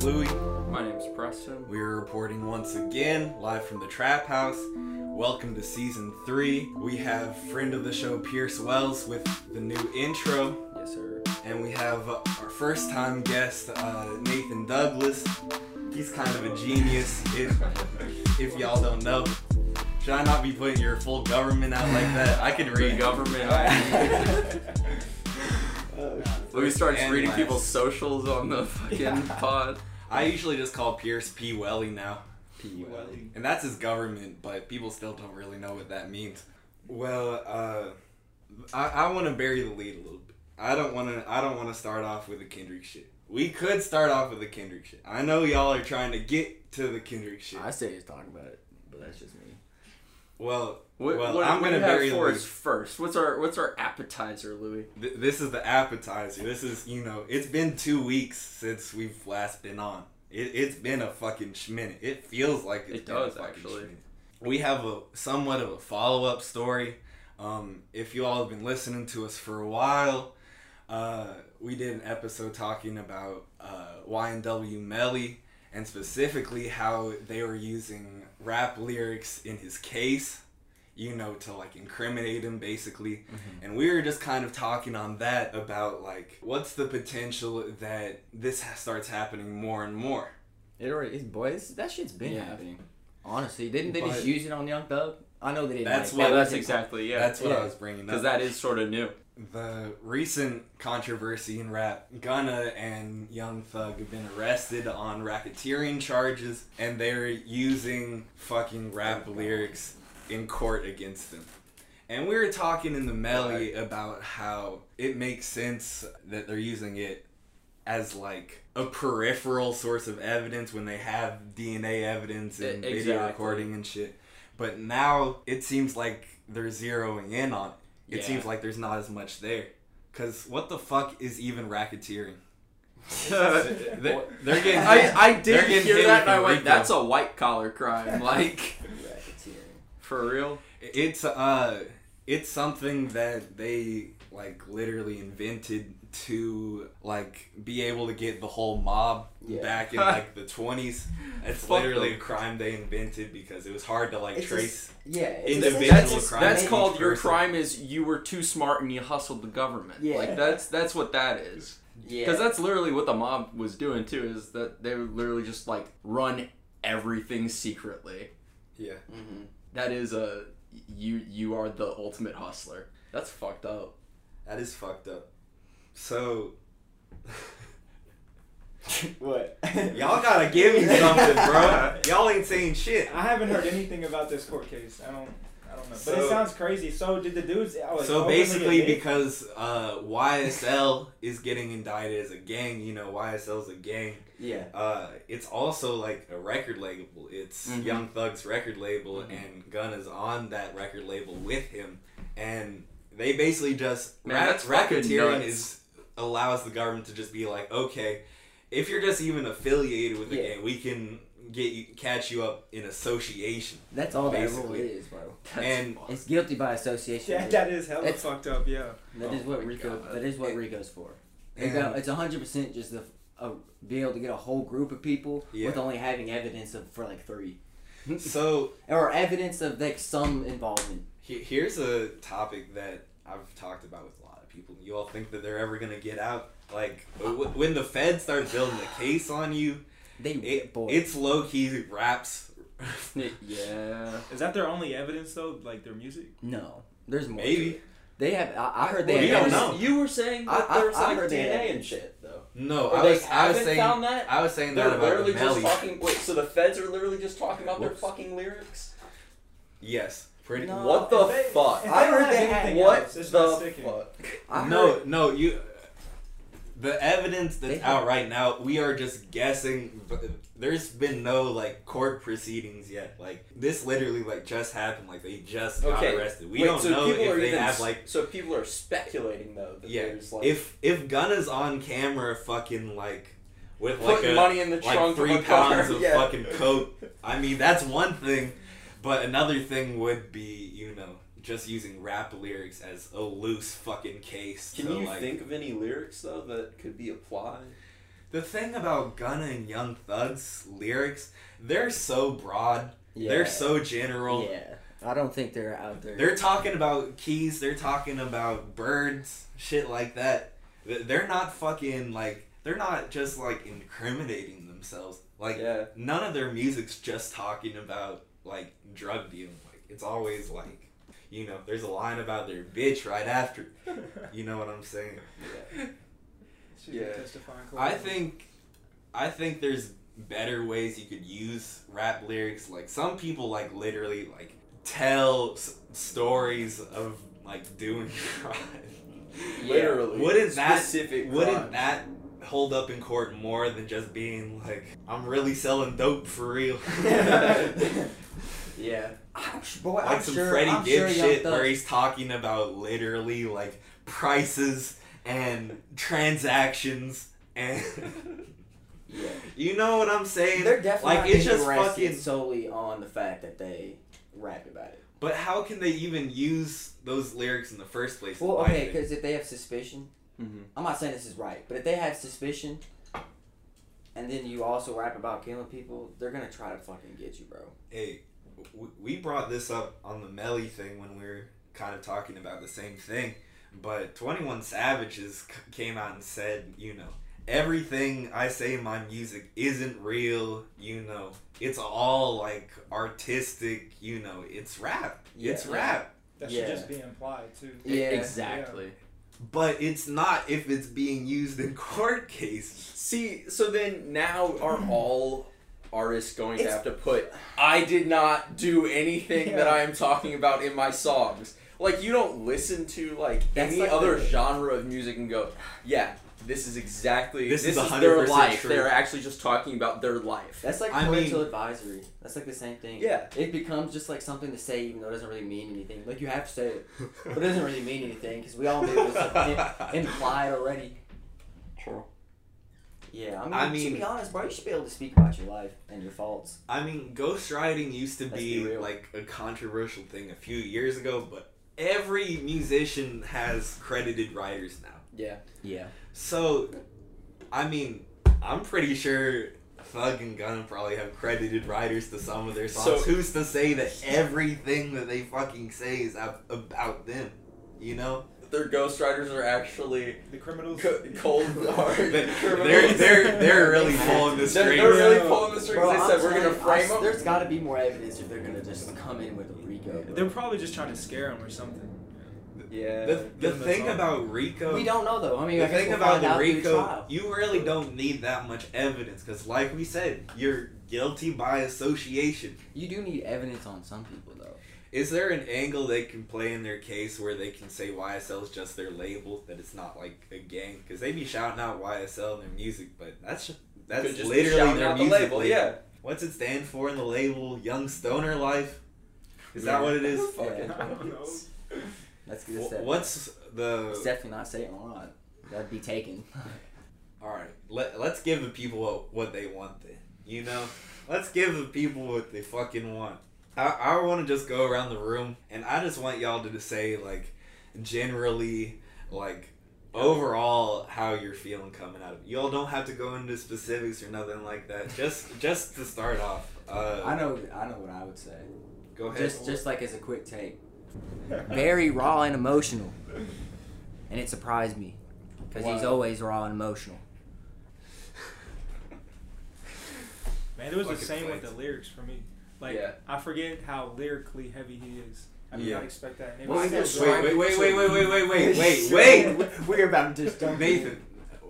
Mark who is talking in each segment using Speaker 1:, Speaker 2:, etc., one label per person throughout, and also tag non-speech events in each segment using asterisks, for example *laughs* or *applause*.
Speaker 1: Louie.
Speaker 2: My name's Preston.
Speaker 1: We are reporting once again, live from the Trap House. Welcome to season three. We have friend of the show Pierce Wells with the new intro,
Speaker 2: Yes, sir.
Speaker 1: and we have our first time guest uh, Nathan Douglas. He's kind of a genius,
Speaker 2: *laughs*
Speaker 1: if if y'all don't know. Should I not be putting your full government out like that? I could
Speaker 2: The
Speaker 1: read.
Speaker 3: *laughs*
Speaker 2: government. I- Louis starts
Speaker 1: And
Speaker 2: reading
Speaker 1: last.
Speaker 2: people's socials on the fucking
Speaker 1: Yeah.
Speaker 2: pod.
Speaker 1: I usually just call Pierce P. Welly now.
Speaker 2: P-Welly.
Speaker 1: And that's his government, but people still don't really know what that means. Well, uh, I, I want to bury the lead a little bit. I don't want to. I don't want to start off with the Kendrick shit. We could start off with the Kendrick shit. I know y'all are trying to get to the Kendrick shit.
Speaker 3: I say he's talking about it, but that's just me.
Speaker 1: Well,
Speaker 2: What,
Speaker 1: well,
Speaker 2: what,
Speaker 1: I'm gonna
Speaker 2: what do you have
Speaker 1: bury the
Speaker 2: for
Speaker 1: lead.
Speaker 2: us first? What's our what's our appetizer, Louis?
Speaker 1: Th- this is the appetizer. This is you know. It's been two weeks since we've last been on. It, it's been a fucking schminute. It feels like it's
Speaker 2: It
Speaker 1: been
Speaker 2: does,
Speaker 1: a fucking
Speaker 2: actually.
Speaker 1: schminute. We have a somewhat of a follow up story. Um, if you all have been listening to us for a while, uh, we did an episode talking about uh, YNW Melly and specifically how they were using rap lyrics in his case, you know, to like incriminate him basically. And we were just kind of talking on that about like what's the potential that this ha- starts happening more and more.
Speaker 3: It already, it's, boy, it's, that shit's been
Speaker 2: Yeah.
Speaker 3: happening. Honestly, didn't they
Speaker 1: But-
Speaker 3: just use it on Young Thug? I know they didn't.
Speaker 1: That's
Speaker 3: like,
Speaker 1: what-
Speaker 3: that
Speaker 2: yeah, that's
Speaker 3: wasn't-
Speaker 2: exactly yeah.
Speaker 1: That's what I
Speaker 3: Yeah.
Speaker 1: was bringing up.
Speaker 2: because that is sort of new. *laughs*
Speaker 1: the recent controversy in rap, Gunna and Young Thug have been arrested on racketeering charges, and they're using fucking
Speaker 2: Oh,
Speaker 1: rap lyrics in court against them. And we were talking in the melee about how it makes sense that they're using it as like a peripheral source of evidence when they have DNA evidence and
Speaker 2: E-
Speaker 1: video
Speaker 2: exactly.
Speaker 1: recording and shit. But now it seems like they're zeroing in on it it
Speaker 2: Yeah.
Speaker 1: seems like there's not as much there. Because what the fuck is even racketeering? *laughs* They're,
Speaker 3: *laughs*
Speaker 1: they're getting.
Speaker 2: I, I
Speaker 1: They're
Speaker 2: did
Speaker 1: getting
Speaker 2: hear
Speaker 1: hit
Speaker 2: that
Speaker 1: with
Speaker 2: and I went,
Speaker 1: Rico.
Speaker 2: that's a white collar crime. *laughs* Like,
Speaker 3: Racketeering.
Speaker 2: for real?
Speaker 1: It's uh, it's something that they like literally invented to like be able to get the whole mob
Speaker 3: Yeah.
Speaker 1: back in like the twenties. It's
Speaker 2: Fuck
Speaker 1: literally a
Speaker 2: them.
Speaker 1: crime they invented because it was hard to like
Speaker 3: It's a
Speaker 1: trace.
Speaker 3: Yeah,
Speaker 1: it's Individual
Speaker 2: that's,
Speaker 1: crime.
Speaker 2: that's
Speaker 1: Each
Speaker 2: called your
Speaker 1: person.
Speaker 2: crime is you were too smart and you hustled the government.
Speaker 3: Yeah.
Speaker 2: Like, that's that's what that is.
Speaker 3: yeah.
Speaker 2: Because that's literally what the mob was doing too, is that they would literally just like run everything secretly.
Speaker 1: Yeah.
Speaker 3: Mhm.
Speaker 2: That is a you you are the ultimate hustler. That's fucked up.
Speaker 1: That is fucked up. So *laughs*
Speaker 3: Mm-hmm. *laughs*
Speaker 4: What?
Speaker 1: y'all gotta give me something, bro. Y'all ain't saying shit.
Speaker 4: I haven't heard anything about this court case. I don't. I don't know. but
Speaker 1: So-
Speaker 4: it sounds crazy. So did the dudes? I was
Speaker 1: So
Speaker 4: openly
Speaker 1: basically,
Speaker 4: admit-
Speaker 1: because uh, YSL is getting indicted as a gang, you know, YSL's a gang.
Speaker 3: yeah.
Speaker 1: Uh, it's also like a record label. It's
Speaker 2: Mhm.
Speaker 1: Young Thug's record label,
Speaker 2: Mhm.
Speaker 1: and Gun is on that record label with him. And they basically just
Speaker 2: Man,
Speaker 1: rac-
Speaker 2: that's fucking
Speaker 1: racketeering
Speaker 2: nuts.
Speaker 1: is allows the government to just be like, okay, if you're just even affiliated with the
Speaker 3: Yeah.
Speaker 1: gang, we can get you catch you up in association.
Speaker 3: That's all that rule
Speaker 1: Basically.
Speaker 3: is, bro.
Speaker 2: That's
Speaker 1: And-
Speaker 2: fucked.
Speaker 3: It's guilty by association.
Speaker 4: Yeah, *laughs* that is hella
Speaker 3: That's-
Speaker 4: fucked up. Yeah.
Speaker 3: that is
Speaker 2: Oh
Speaker 3: what
Speaker 2: my
Speaker 3: Rico.
Speaker 2: God.
Speaker 3: That is what
Speaker 1: And-
Speaker 3: Rico's for.
Speaker 1: And-
Speaker 3: It's a- it's hundred percent just the uh, be able to get a whole group of people
Speaker 1: Yeah.
Speaker 3: with only having evidence of for like three
Speaker 1: So
Speaker 3: or evidence of like some involvement.
Speaker 1: He- Here's a topic that I've talked about with a lot of people. You all think that they're ever gonna get out? Like w- when the feds start building a case on you,
Speaker 3: They
Speaker 1: it,
Speaker 3: boy.
Speaker 1: it's low key raps.
Speaker 2: yeah.
Speaker 4: Is that their only evidence though? Like their music?
Speaker 3: no, there's more. to
Speaker 1: Maybe
Speaker 3: it. they have. I, I heard
Speaker 1: Well,
Speaker 3: they
Speaker 1: you
Speaker 3: have
Speaker 1: don't
Speaker 3: evidence-
Speaker 1: know.
Speaker 2: You were saying
Speaker 3: I-
Speaker 2: that there was
Speaker 3: I- I
Speaker 2: like
Speaker 3: heard they
Speaker 2: DNA
Speaker 3: had-
Speaker 2: and shit though.
Speaker 1: no.
Speaker 2: Or
Speaker 1: I
Speaker 2: they
Speaker 1: was I was
Speaker 2: haven't
Speaker 1: saying
Speaker 2: found that?
Speaker 1: I was saying
Speaker 2: They're
Speaker 1: that about
Speaker 2: literally
Speaker 1: the Melly.
Speaker 2: just talking. Wait, so the feds are literally just talking about
Speaker 1: Whoops.
Speaker 2: their fucking lyrics?
Speaker 1: Yes, pretty.
Speaker 3: No.
Speaker 1: No,
Speaker 2: what the
Speaker 4: if they-
Speaker 2: fuck?
Speaker 4: if they
Speaker 3: I heard
Speaker 4: don't have
Speaker 3: they had-
Speaker 4: anything
Speaker 2: what
Speaker 4: else, it's not
Speaker 2: the
Speaker 4: sticking.
Speaker 2: fuck?
Speaker 3: I
Speaker 1: no,
Speaker 3: heard-
Speaker 1: You, the evidence that's
Speaker 3: They-
Speaker 1: out right now, we are just guessing. but There's been no like court proceedings yet. Like this literally like just happened. Like they just got
Speaker 2: Okay.
Speaker 1: arrested. We
Speaker 2: Wait,
Speaker 1: don't
Speaker 2: so
Speaker 1: know
Speaker 2: people
Speaker 1: if
Speaker 2: are
Speaker 1: they
Speaker 2: even
Speaker 1: have
Speaker 2: s-
Speaker 1: like.
Speaker 2: So people are speculating though that
Speaker 1: Yeah,
Speaker 2: there's like
Speaker 1: if if Gunna's on camera, fucking like with like
Speaker 2: putting
Speaker 1: a,
Speaker 2: money in the
Speaker 1: like
Speaker 2: trunk
Speaker 1: three
Speaker 2: of a car.
Speaker 1: pounds of
Speaker 2: *laughs* yeah.
Speaker 1: fucking coke. I mean, that's one thing, but another thing would be you know just using rap lyrics as a loose fucking case.
Speaker 2: Can
Speaker 1: to,
Speaker 2: you
Speaker 1: like,
Speaker 2: think of any lyrics though that could be applied?
Speaker 1: the thing about Gunna and Young Thug's lyrics, they're so broad.
Speaker 3: Yeah.
Speaker 1: They're so general.
Speaker 3: Yeah. I don't think they're out there.
Speaker 1: They're talking about keys. They're talking about birds, shit like that. Th- They're not fucking like. They're not just like incriminating themselves. Like
Speaker 2: *laughs*
Speaker 4: Yeah.
Speaker 1: none of their music's just talking about like drug dealing. Like it's always like, you know, there's a line about their bitch right after. You know what I'm saying?
Speaker 4: She's
Speaker 5: Yeah.
Speaker 4: testifying.
Speaker 1: I
Speaker 4: court.
Speaker 1: think, I think there's better ways you could use rap lyrics. Like some people like literally like tell s- stories of like doing *laughs* crime.
Speaker 5: Literally.
Speaker 1: Wouldn't that
Speaker 5: Specific
Speaker 1: wouldn't
Speaker 5: crimes.
Speaker 1: that hold up in court more than just being like I'm really selling dope for real? *laughs*
Speaker 5: Yeah.
Speaker 3: I'm sh- boy,
Speaker 1: like
Speaker 3: I'm
Speaker 1: some
Speaker 3: sure,
Speaker 1: Freddie
Speaker 3: I'm
Speaker 1: Gibbs
Speaker 3: sure
Speaker 1: shit
Speaker 3: Young
Speaker 1: where
Speaker 3: Thug,
Speaker 1: he's talking about literally like prices and transactions and
Speaker 3: *laughs* Yeah.
Speaker 1: you know what I'm saying?
Speaker 3: They're definitely
Speaker 1: like
Speaker 3: not
Speaker 1: it's
Speaker 3: getting
Speaker 1: just
Speaker 3: arrested
Speaker 1: fucking
Speaker 3: solely on the fact that they rapped about it.
Speaker 1: but how can they even use those lyrics in the first place?
Speaker 3: Well,
Speaker 1: in my
Speaker 3: okay,
Speaker 1: opinion?
Speaker 3: because if they have suspicion,
Speaker 5: Mm-hmm.
Speaker 3: I'm not saying this is right, but if they have suspicion, and then you also rap about killing people, they're gonna try to fucking get you, bro.
Speaker 1: hey, w- we brought this up on the Melly thing when we were kind of talking about the same thing, but 21 Savages c- came out and said, you know, everything I say in my music isn't real, you know, it's all like artistic, you know, it's rap. it's
Speaker 3: Yeah.
Speaker 1: rap.
Speaker 4: that
Speaker 3: Yeah. E-
Speaker 4: should just be implied too.
Speaker 3: Yeah.
Speaker 5: Exactly.
Speaker 1: But it's not if it's being used in court *laughs* cases.
Speaker 5: See, so then now are
Speaker 3: Mm-hmm.
Speaker 5: all artists going to have to put I did not do anything that
Speaker 4: Yeah.
Speaker 5: I am talking about in my songs. Like you don't listen to like
Speaker 3: That's
Speaker 5: any
Speaker 3: like
Speaker 5: other
Speaker 3: the-
Speaker 5: genre of music and go, yeah, this is exactly
Speaker 1: This
Speaker 5: this,
Speaker 1: is
Speaker 5: is,
Speaker 1: 100%
Speaker 5: their life.
Speaker 1: true.
Speaker 5: They're actually just talking about their life.
Speaker 3: That's like
Speaker 1: I
Speaker 3: parental
Speaker 1: mean-
Speaker 3: advisory. That's like the same thing.
Speaker 5: Yeah.
Speaker 3: It becomes just like something to say, even though it doesn't really mean anything. Like you have to say it, but it doesn't really mean anything because we all knew it was like,
Speaker 1: *laughs*
Speaker 3: im- implied already.
Speaker 5: True.
Speaker 3: Yeah, I mean,
Speaker 1: I
Speaker 3: to
Speaker 1: mean-
Speaker 3: be honest, bro, you should be able to speak about your life and your faults.
Speaker 1: I mean, ghostwriting used to
Speaker 3: Let's
Speaker 1: be,
Speaker 3: be real.
Speaker 1: like a controversial thing a few years ago, but every musician has credited writers now.
Speaker 5: Yeah.
Speaker 3: Yeah.
Speaker 1: So, I mean, I'm pretty sure Thug and Gunna probably have credited writers to some of their
Speaker 5: So-
Speaker 1: songs. Who's to say that everything that they fucking say is ab- about them? You know,
Speaker 5: Their ghostwriters are actually
Speaker 4: The criminals.
Speaker 5: co-
Speaker 3: *laughs*
Speaker 5: cold
Speaker 1: they're
Speaker 5: hard.
Speaker 1: they're they're really pulling the
Speaker 5: They're,
Speaker 1: strings.
Speaker 5: they're really
Speaker 4: No.
Speaker 5: pulling the strings.
Speaker 3: Bro,
Speaker 5: they
Speaker 3: I'm
Speaker 5: said we're gonna
Speaker 3: telling you, I
Speaker 5: frame
Speaker 3: s-
Speaker 5: them.
Speaker 3: There's got to be more evidence if they're gonna just come in with a Rico. bro.
Speaker 4: They're probably just trying to scare him or something.
Speaker 5: Yeah.
Speaker 1: the the
Speaker 4: Give them a
Speaker 1: thing
Speaker 4: song.
Speaker 1: about Rico.
Speaker 3: We don't know though. I mean,
Speaker 1: the
Speaker 3: I guess
Speaker 1: thing
Speaker 3: we'll
Speaker 1: about
Speaker 3: find
Speaker 1: the
Speaker 3: out through
Speaker 1: Rico,
Speaker 3: trial.
Speaker 1: you really don't need that much evidence because, like we said, you're guilty by association.
Speaker 3: You do need evidence on some people though.
Speaker 1: Is there an angle they can play in their case where they can say YSL is just their label, that it's not like a gang? Because they be shouting out YSL in their music, but that's just, that's
Speaker 5: Could just be
Speaker 1: literally
Speaker 5: shouting
Speaker 1: their
Speaker 5: out
Speaker 1: music
Speaker 5: the label. Yeah.
Speaker 1: What's it stand for in the label? Young Stoner Life. Is that
Speaker 5: Yeah.
Speaker 1: what it
Speaker 4: *laughs*
Speaker 1: is?
Speaker 3: Yeah.
Speaker 5: Fucking.
Speaker 4: I don't know.
Speaker 3: *laughs*
Speaker 4: *laughs*
Speaker 3: That's good.
Speaker 1: Wh-
Speaker 3: step.
Speaker 1: What's the
Speaker 3: It's definitely not saying a lot. That'd be taken. *laughs*
Speaker 1: All right, let let's give the people what, what they want then. You know, let's give the people what they fucking want. I I want to just go around the room and I just want y'all to just say like generally like overall how you're feeling coming out of it. Y'all don't have to go into specifics or nothing like that.
Speaker 3: *laughs*
Speaker 1: Just just to start off. Uh,
Speaker 3: I know. I know what I would say.
Speaker 1: Go ahead.
Speaker 3: Just, just like as a quick take. Very raw and emotional, and it surprised me because he's
Speaker 4: Wow.
Speaker 3: always raw and emotional.
Speaker 5: *laughs*
Speaker 4: Man, it was the
Speaker 1: Fucking
Speaker 4: same with
Speaker 1: plates.
Speaker 4: the lyrics for me. Like
Speaker 5: Yeah.
Speaker 4: I forget how lyrically heavy he is. I did
Speaker 1: Yeah.
Speaker 4: not expect that. And it
Speaker 3: Well,
Speaker 4: was
Speaker 3: I
Speaker 4: still
Speaker 1: wait, wait, wait, wait, wait, wait, wait, wait, wait, wait.
Speaker 3: *laughs* We're about to just jump in.
Speaker 1: Nathan,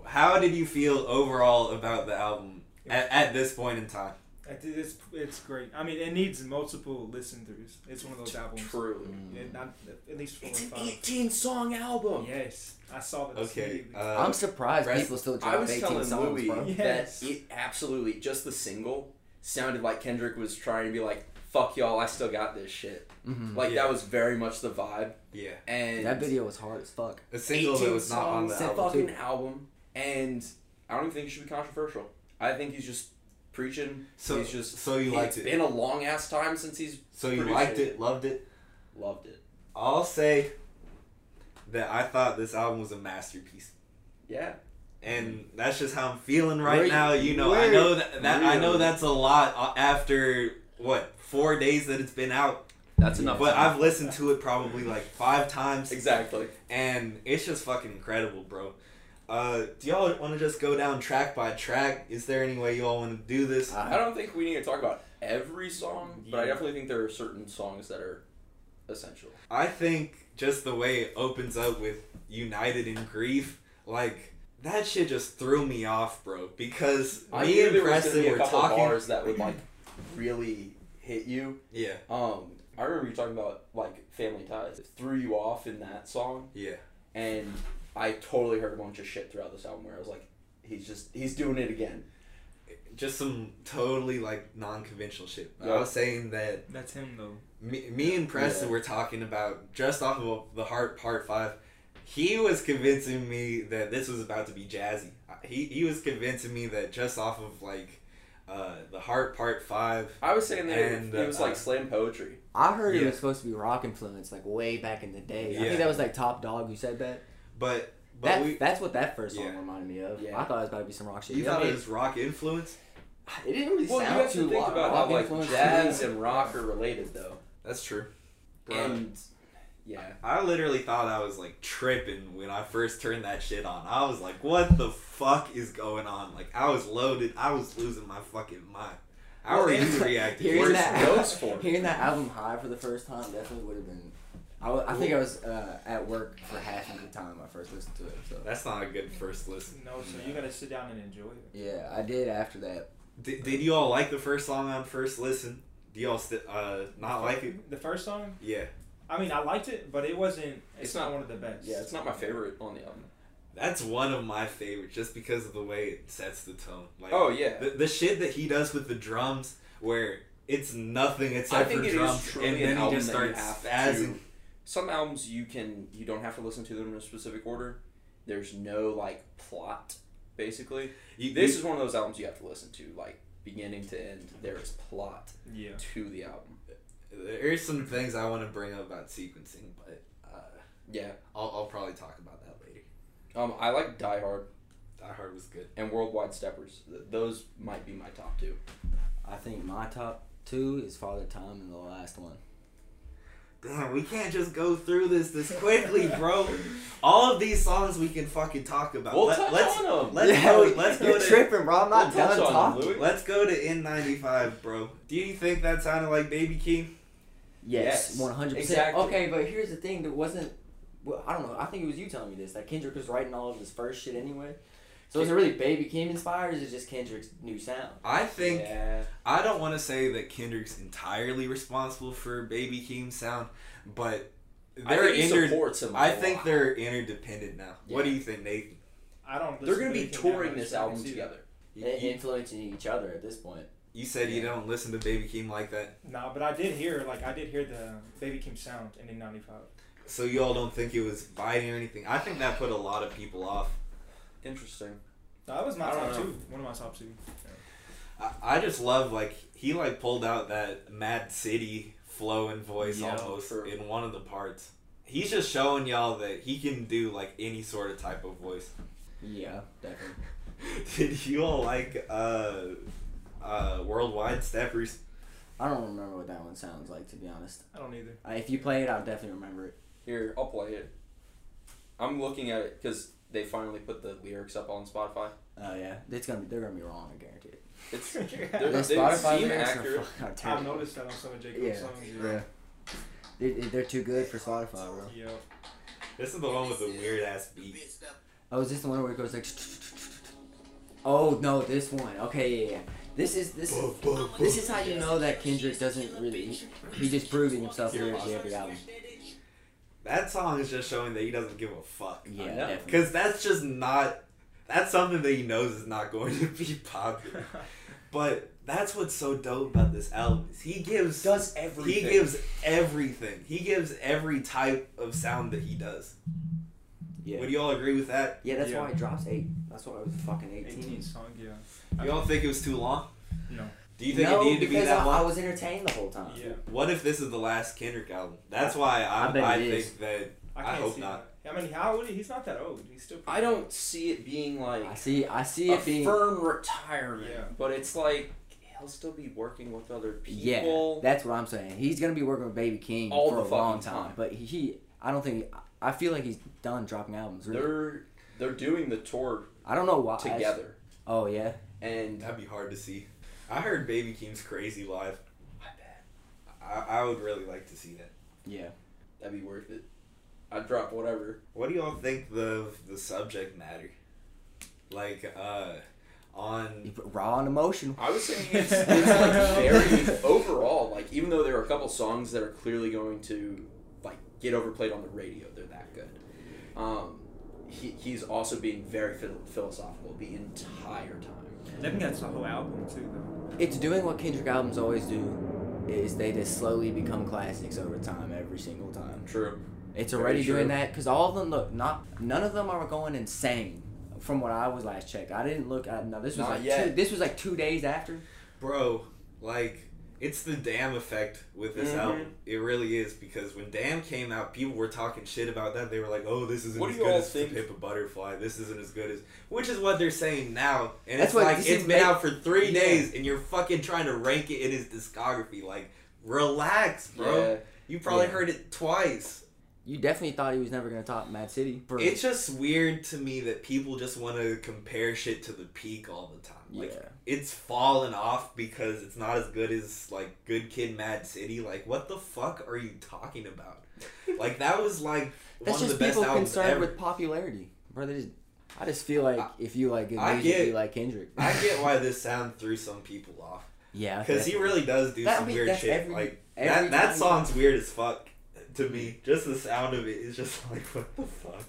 Speaker 1: how did you feel overall about the album at, at this point in time?
Speaker 4: I did- It's it's great. I mean, it needs multiple listen throughs. It's one of those albums.
Speaker 5: True.
Speaker 1: Mm.
Speaker 4: It- not, at least four
Speaker 5: Mm. It's
Speaker 4: or
Speaker 5: an
Speaker 4: five.
Speaker 5: 18 song album.
Speaker 4: Yes, I saw that.
Speaker 1: Okay.
Speaker 4: immediately.
Speaker 1: Uh,
Speaker 3: I'm surprised
Speaker 1: Rest-
Speaker 3: people still
Speaker 5: I
Speaker 3: drop
Speaker 5: was
Speaker 3: 18
Speaker 5: telling
Speaker 3: songs,
Speaker 5: Louis
Speaker 3: bro.
Speaker 4: Yes.
Speaker 5: that it absolutely just the single sounded like Kendrick was trying to be like, "Fuck y'all, I still got this shit."
Speaker 3: Mhm.
Speaker 5: Like
Speaker 1: Yeah.
Speaker 5: that was very much the vibe,
Speaker 1: yeah.
Speaker 5: and
Speaker 3: That video was hard as fuck.
Speaker 1: A single that
Speaker 5: 18
Speaker 1: was not on the
Speaker 5: songs, that
Speaker 1: album.
Speaker 5: fucking album, and I don't even think it should be controversial. I think he's just preaching.
Speaker 1: So
Speaker 5: he's just
Speaker 1: so you liked
Speaker 5: it's
Speaker 1: it.
Speaker 5: been a long ass time since he's
Speaker 1: so you
Speaker 5: producing
Speaker 1: liked it, loved it.
Speaker 5: loved it.
Speaker 1: I'll say that I thought this album was a masterpiece,
Speaker 5: Yeah,
Speaker 1: and that's just how I'm feeling right
Speaker 5: Wait,
Speaker 1: now. You know, I
Speaker 5: wait,
Speaker 1: know that, that I know
Speaker 5: really?
Speaker 1: that's a lot uh, after what four days that it's been out,
Speaker 5: That's enough.
Speaker 1: but
Speaker 5: time.
Speaker 1: I've listened to it probably like five times,
Speaker 5: exactly.
Speaker 1: and it's just fucking incredible, bro. Uh, do y'all want to just go down track by track? Is there any way you all want to do this?
Speaker 2: I don't think we need to talk about every song, but I
Speaker 1: Yeah.
Speaker 2: definitely think there are certain songs that are essential.
Speaker 1: I think just the way it opens up with United in Grief, like that shit just threw me off, bro. Because
Speaker 2: I
Speaker 1: me
Speaker 2: knew
Speaker 1: and
Speaker 2: there was gonna
Speaker 1: Preston
Speaker 2: be
Speaker 1: were
Speaker 2: a couple
Speaker 1: talking.
Speaker 2: bars that would like really hit you.
Speaker 1: Yeah,
Speaker 2: Um, I remember you talking about like family ties. It threw you off in that song,
Speaker 1: yeah.
Speaker 2: and I totally heard a bunch of shit throughout this album where I was like, he's just he's doing it again.
Speaker 1: Just some totally like non-conventional shit.
Speaker 2: Yeah.
Speaker 1: I was saying that
Speaker 4: That's him though.
Speaker 1: me, me and Preston
Speaker 2: Yeah.
Speaker 1: were talking about just off of the Heart Part Five. He was convincing me that this was about to be jazzy. He he was convincing me that just off of like uh, the Heart Part Five.
Speaker 2: I was saying that
Speaker 1: And,
Speaker 2: it was
Speaker 1: uh,
Speaker 2: like slam poetry.
Speaker 3: I heard it
Speaker 1: Yeah.
Speaker 3: was supposed to be rock influence, like way back in the day. I
Speaker 1: Yeah.
Speaker 3: think that was like Top Dog who said that.
Speaker 1: But but
Speaker 3: that
Speaker 1: we,
Speaker 3: that's what that first song
Speaker 1: Yeah.
Speaker 3: reminded me of.
Speaker 2: Yeah.
Speaker 3: I thought it was about to be some rock shit.
Speaker 1: you
Speaker 3: Yeah,
Speaker 1: thought
Speaker 3: I
Speaker 1: it
Speaker 3: mean,
Speaker 1: was rock influence.
Speaker 3: it didn't really
Speaker 2: Well, you
Speaker 3: sound
Speaker 2: have
Speaker 3: too
Speaker 2: to think
Speaker 3: rock,
Speaker 2: about
Speaker 3: rock
Speaker 2: how like
Speaker 3: influence.
Speaker 2: jazz and rock are related though,
Speaker 1: That's true.
Speaker 3: *laughs*
Speaker 2: and yeah.
Speaker 1: I literally thought I was like tripping when I first turned that shit on. I was like, what the fuck is going on? Like, I was loaded. I was losing my fucking mind. How
Speaker 3: Well,
Speaker 1: are
Speaker 3: and-
Speaker 1: you reacting?
Speaker 3: Hearing
Speaker 1: Where's-
Speaker 3: that,
Speaker 2: goes
Speaker 3: *laughs*
Speaker 2: for it.
Speaker 3: hearing that album high for the first time definitely would have been. I, wa- I think I was uh, at work for half of the time I first listened to it. So
Speaker 1: *laughs* That's not a good first listen.
Speaker 4: No, so you gotta sit down and enjoy it.
Speaker 3: yeah, I did after that.
Speaker 1: Did, did you all like the first song on first listen? Do y'all st- uh, not like it?
Speaker 4: The first song,
Speaker 1: Yeah.
Speaker 4: I mean, I liked it, but it wasn't. It's,
Speaker 2: It's
Speaker 4: not,
Speaker 2: not-
Speaker 4: one of the best.
Speaker 2: Yeah, it's not my favorite on the album.
Speaker 1: That's one of my favorites just because of the way it sets the tone. Like,
Speaker 2: Oh yeah,
Speaker 1: The, the shit that he does with the drums, where it's nothing
Speaker 2: I
Speaker 1: except for
Speaker 2: think it is
Speaker 1: drums,
Speaker 2: truly
Speaker 1: and
Speaker 2: an
Speaker 1: then he
Speaker 2: album
Speaker 1: just
Speaker 2: that you
Speaker 1: starts
Speaker 2: have to.
Speaker 1: spazzing.
Speaker 2: Some albums you can you don't have to listen to them in a specific order. There's no like plot, basically.
Speaker 1: You,
Speaker 2: This
Speaker 1: you-
Speaker 2: is one of those albums you have to listen to like beginning to end. There is plot
Speaker 4: Yeah.
Speaker 2: to the album.
Speaker 1: there's some things I want to bring up about sequencing, but uh,
Speaker 2: Yeah.
Speaker 1: I'll, I'll probably talk about that later.
Speaker 2: Um, I like Die Hard
Speaker 1: Die Hard was good.
Speaker 2: and Worldwide Steppers. Th- Those might be my top two.
Speaker 3: I think my top two is Father Time and the last one.
Speaker 1: Damn, we can't just go through this this *laughs* quickly, bro. All of these songs we can fucking talk about.
Speaker 2: We'll
Speaker 1: Let,
Speaker 2: touch
Speaker 1: let's
Speaker 2: on them.
Speaker 1: let's
Speaker 3: Yeah,
Speaker 1: go.
Speaker 3: you-
Speaker 1: Let's go
Speaker 3: You're
Speaker 1: to
Speaker 3: tripping, bro. I'm not
Speaker 2: We'll touch
Speaker 3: done
Speaker 2: on them,
Speaker 3: talking.
Speaker 2: Louis.
Speaker 1: let's go to N95, bro. Do you think that sounded like Baby King?
Speaker 3: Yes,
Speaker 2: Yes,
Speaker 3: one hundred percent.
Speaker 2: exactly.
Speaker 3: Okay, but here's the thing that wasn't. Well, I don't know. I think it was you telling me this that Kendrick was writing all of his first shit anyway. So is it really Baby Kim inspired? Or is it just Kendrick's new sound?
Speaker 1: I think
Speaker 2: Yeah.
Speaker 1: I don't want to say that Kendrick's entirely responsible for Baby King's sound, but
Speaker 2: I
Speaker 1: they're
Speaker 2: think he
Speaker 1: inter-
Speaker 2: supports him.
Speaker 1: I
Speaker 2: a
Speaker 1: think
Speaker 2: lot.
Speaker 1: they're interdependent now. What do you think, Nathan?
Speaker 4: *laughs* I don't.
Speaker 2: they're
Speaker 4: listen
Speaker 2: gonna
Speaker 4: to
Speaker 2: be
Speaker 4: anything that
Speaker 2: touring
Speaker 4: much,
Speaker 2: this
Speaker 4: so I can
Speaker 2: album
Speaker 4: see
Speaker 2: together.
Speaker 1: You,
Speaker 3: And
Speaker 1: you-
Speaker 3: influencing each other at this point.
Speaker 1: you said you
Speaker 2: Yeah.
Speaker 1: don't listen to Baby Keem like that,
Speaker 4: that. Nah, but I did hear like I did hear the Baby Kim sound in the '95.
Speaker 1: so you all don't think it was biting or anything. I think that put a lot of people off.
Speaker 2: Interesting.
Speaker 4: No, that was my
Speaker 2: I don't
Speaker 4: top
Speaker 2: know.
Speaker 4: two. One of my top two.
Speaker 1: I, I just love like he like pulled out that Mad City flow and voice
Speaker 2: Yeah,
Speaker 1: almost
Speaker 2: for-
Speaker 1: in one of the parts. He's just showing y'all that he can do like any sort of type of voice.
Speaker 3: Yeah, definitely.
Speaker 1: *laughs* Did you all like uh, uh, Worldwide Steppers?
Speaker 3: I don't remember what that one sounds like to be honest.
Speaker 4: I don't either.
Speaker 3: I, if you play it, I'll definitely remember it.
Speaker 2: Here, I'll play it. I'm looking at it because they finally put the lyrics up on Spotify.
Speaker 3: Oh yeah, it's gonna be, they're gonna be wrong. I guarantee it.
Speaker 1: *laughs*
Speaker 2: It's
Speaker 3: The
Speaker 2: They're- they
Speaker 3: Spotify
Speaker 2: seem
Speaker 3: lyrics
Speaker 2: accurate.
Speaker 3: are fucking
Speaker 4: I've
Speaker 3: terrible.
Speaker 4: noticed that on some of J. Cole's
Speaker 3: Yeah,
Speaker 4: songs.
Speaker 3: yeah. They- they- They're too good for Spotify, bro.
Speaker 4: Yeah.
Speaker 1: This is the one with the weird ass beat.
Speaker 3: Oh, is this the one where it goes like? Oh no, this one. Okay, yeah, yeah. This is this. Is, this is how you know that Kendrick doesn't really. He's just proving himself lyrically every album.
Speaker 1: That song is just showing that he doesn't give a fuck.
Speaker 3: Yeah,
Speaker 2: know.
Speaker 3: definitely.
Speaker 1: Because that's just not. That's something that he knows is not going to be *laughs* popular.
Speaker 3: *laughs*
Speaker 1: But that's what's so dope about this album is he gives
Speaker 3: Does
Speaker 1: he gives everything. He gives every type of sound that he does.
Speaker 3: Yeah.
Speaker 1: Would you all agree with that?
Speaker 3: Yeah, that's
Speaker 4: Yeah.
Speaker 3: why it drops eight. That's why it was fucking
Speaker 4: 18
Speaker 3: eighteen.
Speaker 4: song. Yeah.
Speaker 1: You all think it was too long?
Speaker 4: No.
Speaker 1: Do you think
Speaker 3: no,
Speaker 1: it needed to be
Speaker 3: because
Speaker 1: that
Speaker 3: I,
Speaker 1: long?
Speaker 3: I was entertained the whole time.
Speaker 4: Yeah.
Speaker 1: What if this is the last Kendrick album? That's why I,
Speaker 3: I bet
Speaker 1: I,
Speaker 3: it
Speaker 1: think
Speaker 3: is.
Speaker 1: that
Speaker 4: I
Speaker 1: I
Speaker 4: can't
Speaker 1: hope
Speaker 4: see
Speaker 1: not.
Speaker 4: that. I mean, how old? He's not that old. He's still. pretty
Speaker 2: I don't see it being like
Speaker 3: I see. I see
Speaker 2: a
Speaker 3: it being.
Speaker 2: firm retirement,
Speaker 4: Yeah.
Speaker 2: but it's like he'll still be working with other
Speaker 3: yeah,
Speaker 2: people.
Speaker 3: that's what I'm saying. He's gonna be working with Baby King
Speaker 2: All
Speaker 3: for
Speaker 2: the
Speaker 3: a long
Speaker 2: fucking
Speaker 3: time,
Speaker 2: time.
Speaker 3: but he, he. I don't think. I feel like he's done dropping albums. Really.
Speaker 2: They're they're doing the tour
Speaker 3: I don't know why.
Speaker 2: together,
Speaker 3: Oh yeah.
Speaker 2: and
Speaker 1: That'd be hard to see. I heard Baby Keem's crazy live.
Speaker 2: I bet
Speaker 1: I, I would really like to see that.
Speaker 3: Yeah.
Speaker 2: that'd be worth it. I'd drop whatever.
Speaker 1: What do y'all think the the subject matter? Like uh on
Speaker 3: Raw and emotional.
Speaker 2: I was saying it's, it's like very overall. Like even though there are a couple songs that are clearly going to like get overplayed on the radio, they're that good. Um, he, he's also being very phil- philosophical the entire time.
Speaker 4: I think that's the whole album too, though.
Speaker 3: It's doing what Kendrick albums always do, is they just slowly become classics over time, every single time.
Speaker 2: True.
Speaker 3: It's
Speaker 2: Very
Speaker 3: already
Speaker 2: true.
Speaker 3: doing that because all of them look not none of them are going insane. From what I was last checked, I didn't look. I, no, this was
Speaker 2: Not
Speaker 3: like
Speaker 2: yet.
Speaker 3: Two, this was like two days after.
Speaker 1: bro, like it's the damn effect with this
Speaker 2: Mhm.
Speaker 1: album. It really is because when Damn came out, people were talking shit about that. They were like, "Oh, this isn't
Speaker 2: What do
Speaker 1: as
Speaker 2: you
Speaker 1: good
Speaker 2: all
Speaker 1: as
Speaker 2: think?
Speaker 1: Pippa Butterfly. This isn't as good as," which is what they're saying now. And
Speaker 3: That's
Speaker 1: it's
Speaker 3: what-
Speaker 1: like
Speaker 3: this
Speaker 1: it's
Speaker 3: is
Speaker 1: been
Speaker 3: ma-
Speaker 1: out for three
Speaker 3: Yeah.
Speaker 1: days, and you're fucking trying to rank it in his discography. Like, relax, bro.
Speaker 2: Yeah.
Speaker 1: You probably
Speaker 3: Yeah.
Speaker 1: heard it twice.
Speaker 3: You definitely thought he was never gonna top Mad City. For,
Speaker 1: It's just weird to me that people just want to compare shit to the peak all the time.
Speaker 3: yeah,
Speaker 1: Like it's fallen off because it's not as good as like Good Kid, Mad City. Like what the fuck are you talking about? like that was like
Speaker 3: *laughs* that's
Speaker 1: one of the
Speaker 3: just
Speaker 1: best
Speaker 3: people
Speaker 1: albums
Speaker 3: concerned
Speaker 1: ever.
Speaker 3: with popularity, brother. Just, I just feel like
Speaker 1: I-
Speaker 3: if you like good
Speaker 1: I
Speaker 3: music,
Speaker 1: get-
Speaker 3: you like Kendrick.
Speaker 1: I get why this sound threw some people off
Speaker 3: *laughs* yeah,
Speaker 1: *laughs* because he
Speaker 3: definitely.
Speaker 1: really does do
Speaker 3: That
Speaker 1: some
Speaker 3: be-
Speaker 1: weird
Speaker 3: that's
Speaker 1: shit.
Speaker 3: every-
Speaker 1: like
Speaker 3: every
Speaker 1: that that
Speaker 3: time-
Speaker 1: song's weird as fuck to me. Just the sound of it is just *laughs* like what the fuck,